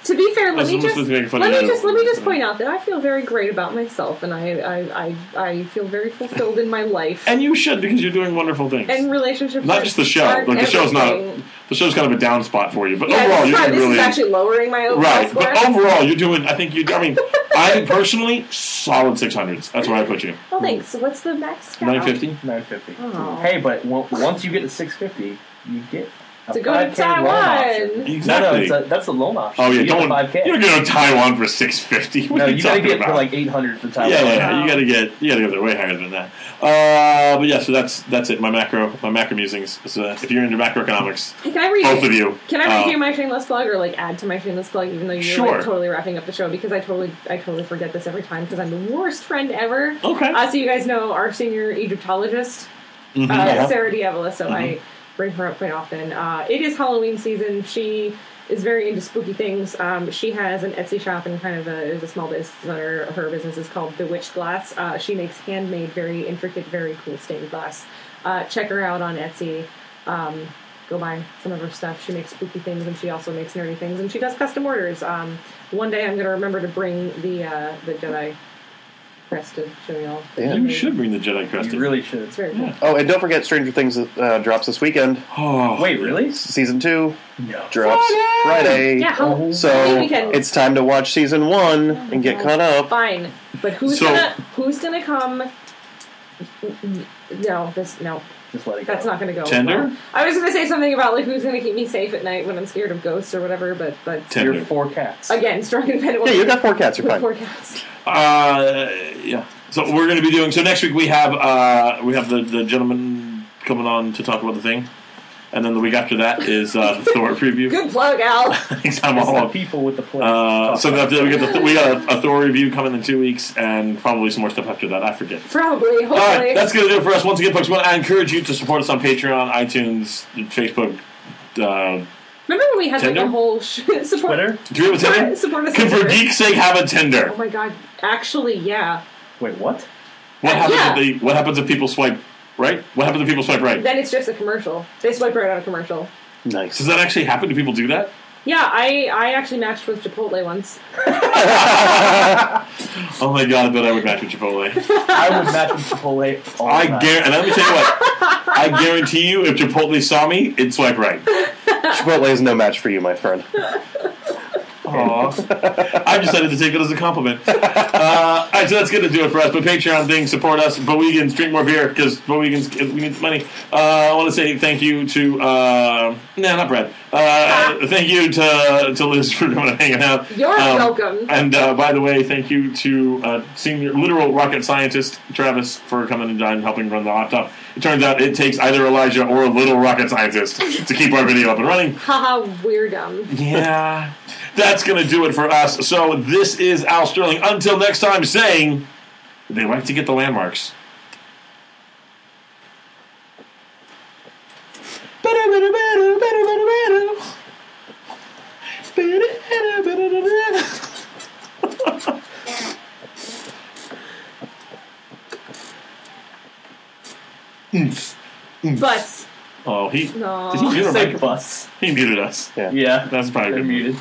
Speaker 6: to be fair, let
Speaker 1: That's
Speaker 6: me
Speaker 1: almost
Speaker 6: just
Speaker 1: like making fun
Speaker 6: let
Speaker 1: of
Speaker 6: me
Speaker 1: you.
Speaker 6: just let me just point out that I feel very great about myself, and I I, I, I feel very fulfilled in my life
Speaker 1: And you should because you're doing wonderful things.
Speaker 6: and relationships.
Speaker 1: not
Speaker 6: are-
Speaker 1: just the show.
Speaker 6: aren't
Speaker 1: Like the show's not.
Speaker 6: everything.
Speaker 1: The show's kind of a down spot for you, but
Speaker 6: Yeah,
Speaker 1: overall,
Speaker 6: this,
Speaker 1: you're
Speaker 6: is,
Speaker 1: doing
Speaker 6: this
Speaker 1: really
Speaker 6: is actually lowering my overall
Speaker 1: right.
Speaker 6: score.
Speaker 1: But overall, you're doing. I think you. I mean, I personally solid six hundreds. That's where I put you.
Speaker 6: oh, thanks. So what's the max? count?
Speaker 1: Nine fifty.
Speaker 4: 950.
Speaker 6: Oh.
Speaker 4: Hey, but w- once you get to 650, you get a
Speaker 6: To go to
Speaker 4: 5K loan option.
Speaker 6: Taiwan.
Speaker 1: Exactly.
Speaker 4: No, no, it's a, that's a loan option.
Speaker 1: oh yeah,
Speaker 4: you
Speaker 1: don't.
Speaker 4: Get a
Speaker 1: You're
Speaker 4: 5K.
Speaker 1: going to Taiwan for six fifty.
Speaker 4: No,
Speaker 1: are
Speaker 4: you gotta
Speaker 1: talking
Speaker 4: get
Speaker 1: about?
Speaker 4: for like 800 for Taiwan.
Speaker 1: yeah, yeah, yeah.
Speaker 6: Wow.
Speaker 1: You gotta get. You gotta go there way higher than that. Uh, but yeah, so that's that's it. My macro. My macro musings. So if you're into macroeconomics,
Speaker 6: Can I read?
Speaker 1: both of you.
Speaker 6: Can I read
Speaker 1: uh,
Speaker 6: you my shameless plug or like add to my shameless plug, even though you're
Speaker 1: Sure.
Speaker 6: like totally wrapping up the show because I totally I totally forget this every time because I'm the worst friend ever.
Speaker 1: Okay.
Speaker 6: Uh, so you guys know our senior Egyptologist,
Speaker 1: Mhm.
Speaker 6: uh,
Speaker 3: Yeah.
Speaker 6: Sarah Diavola. So I bring her up quite often. Uh, it is Halloween season. She is very into spooky things. Um, she has an Etsy shop and kind of a, is a small business owner. Her business is called Bewitched Glass. Uh, she makes handmade, very intricate, very cool stained glass. Uh, check her out on Etsy. Um, go buy some of her stuff. She makes spooky things and she also makes nerdy things and she does custom orders. Um, one day I'm going to remember to bring the uh, the Jedi crest to show y'all.
Speaker 3: Yeah.
Speaker 1: You should bring the Jedi crest.
Speaker 4: You
Speaker 1: in.
Speaker 4: really should.
Speaker 6: It's very cool.
Speaker 3: Oh, and don't forget Stranger Things uh, drops this weekend.
Speaker 1: Oh,
Speaker 4: Wait, really?
Speaker 3: Season 2
Speaker 4: No.
Speaker 3: drops Friday.
Speaker 6: Yeah,
Speaker 1: Oh.
Speaker 6: how,
Speaker 3: So
Speaker 6: Halloween weekend.
Speaker 3: it's time to watch season 1 and get caught up.
Speaker 6: fine, but who's
Speaker 1: So-
Speaker 6: gonna who's gonna come? No, this no,
Speaker 4: Just let it go.
Speaker 6: that's not gonna go.
Speaker 1: Tinder?
Speaker 6: well. I was gonna say something about like who's gonna keep me safe at night when I'm scared of ghosts or whatever, but but
Speaker 1: Tinder.
Speaker 4: You're four cats.
Speaker 6: again, strong independent.
Speaker 3: Yeah,
Speaker 6: woman
Speaker 3: you got four cats. You're
Speaker 6: with
Speaker 3: fine.
Speaker 6: four cats.
Speaker 1: Uh, yeah. So we're going to be doing. So next week we have uh, we have the the gentleman coming on to talk about the thing, and then the week after that is uh, the Thor preview.
Speaker 6: Good plug, Al.
Speaker 1: Thanks, I'm
Speaker 4: It's
Speaker 1: all
Speaker 4: the
Speaker 1: up.
Speaker 4: people with the plans.
Speaker 1: Oh. Uh,
Speaker 4: Talk
Speaker 1: so then
Speaker 4: about
Speaker 1: after that we get the we got a, a Thor review coming in two weeks, and probably some more stuff after that. I forget.
Speaker 6: Probably, hopefully.
Speaker 1: All right, that's going to do it for us. Once again, folks, we want to encourage you to support us on Patreon, iTunes, Facebook. Uh,
Speaker 6: Remember when we had like
Speaker 1: Tinder?
Speaker 6: a whole sh- support
Speaker 4: Twitter?
Speaker 1: do you have a Tinder?
Speaker 6: Support us
Speaker 1: Can
Speaker 6: on
Speaker 1: for
Speaker 6: Twitter.
Speaker 1: geek's sake have a Tinder?
Speaker 6: Oh my god! Actually, yeah.
Speaker 4: Wait, what?
Speaker 1: What happens
Speaker 6: Yeah.
Speaker 1: if they? What happens if people swipe right? What happens if people swipe right?
Speaker 6: Then it's just a commercial. They swipe right on a commercial.
Speaker 1: Does
Speaker 3: Nice.
Speaker 1: that actually happen? Do people do that?
Speaker 6: Yeah, I I actually matched with Chipotle once.
Speaker 1: Oh my god, I bet I would match with Chipotle.
Speaker 4: I would match with Chipotle all
Speaker 1: I
Speaker 4: the time.
Speaker 1: guarantee, and let me tell you what, I guarantee you, if Chipotle saw me, it'd swipe right.
Speaker 3: Chipotle is no match for you, my friend.
Speaker 1: Aw. I've decided to take it as a compliment. Uh, all right, so that's going to do it for us. But Patreon thing, support us. Bowegans, drink more beer because Bowegans, we need money. Uh, I want to say thank you to, uh, nah, not Brad. Uh, thank you to, to Liz for coming and hanging out. Um,
Speaker 6: You're welcome.
Speaker 1: And uh, by the way, thank you to uh, senior literal rocket scientist Travis for coming and down and helping run the laptop. It turns out it takes either Elijah or a little rocket scientist to keep our video up and running.
Speaker 6: Haha, we're dumb.
Speaker 1: Yeah. That's going to do it for us. So this is Al Sterling. Until next time, saying they like to get the landmarks.
Speaker 6: But
Speaker 1: Oh, he,
Speaker 6: No.
Speaker 1: did he, mute our
Speaker 4: Say
Speaker 1: mic-
Speaker 4: bus.
Speaker 1: he muted us.
Speaker 3: Yeah.
Speaker 4: Yeah.
Speaker 1: That's probably
Speaker 4: They're
Speaker 1: good.
Speaker 4: muted.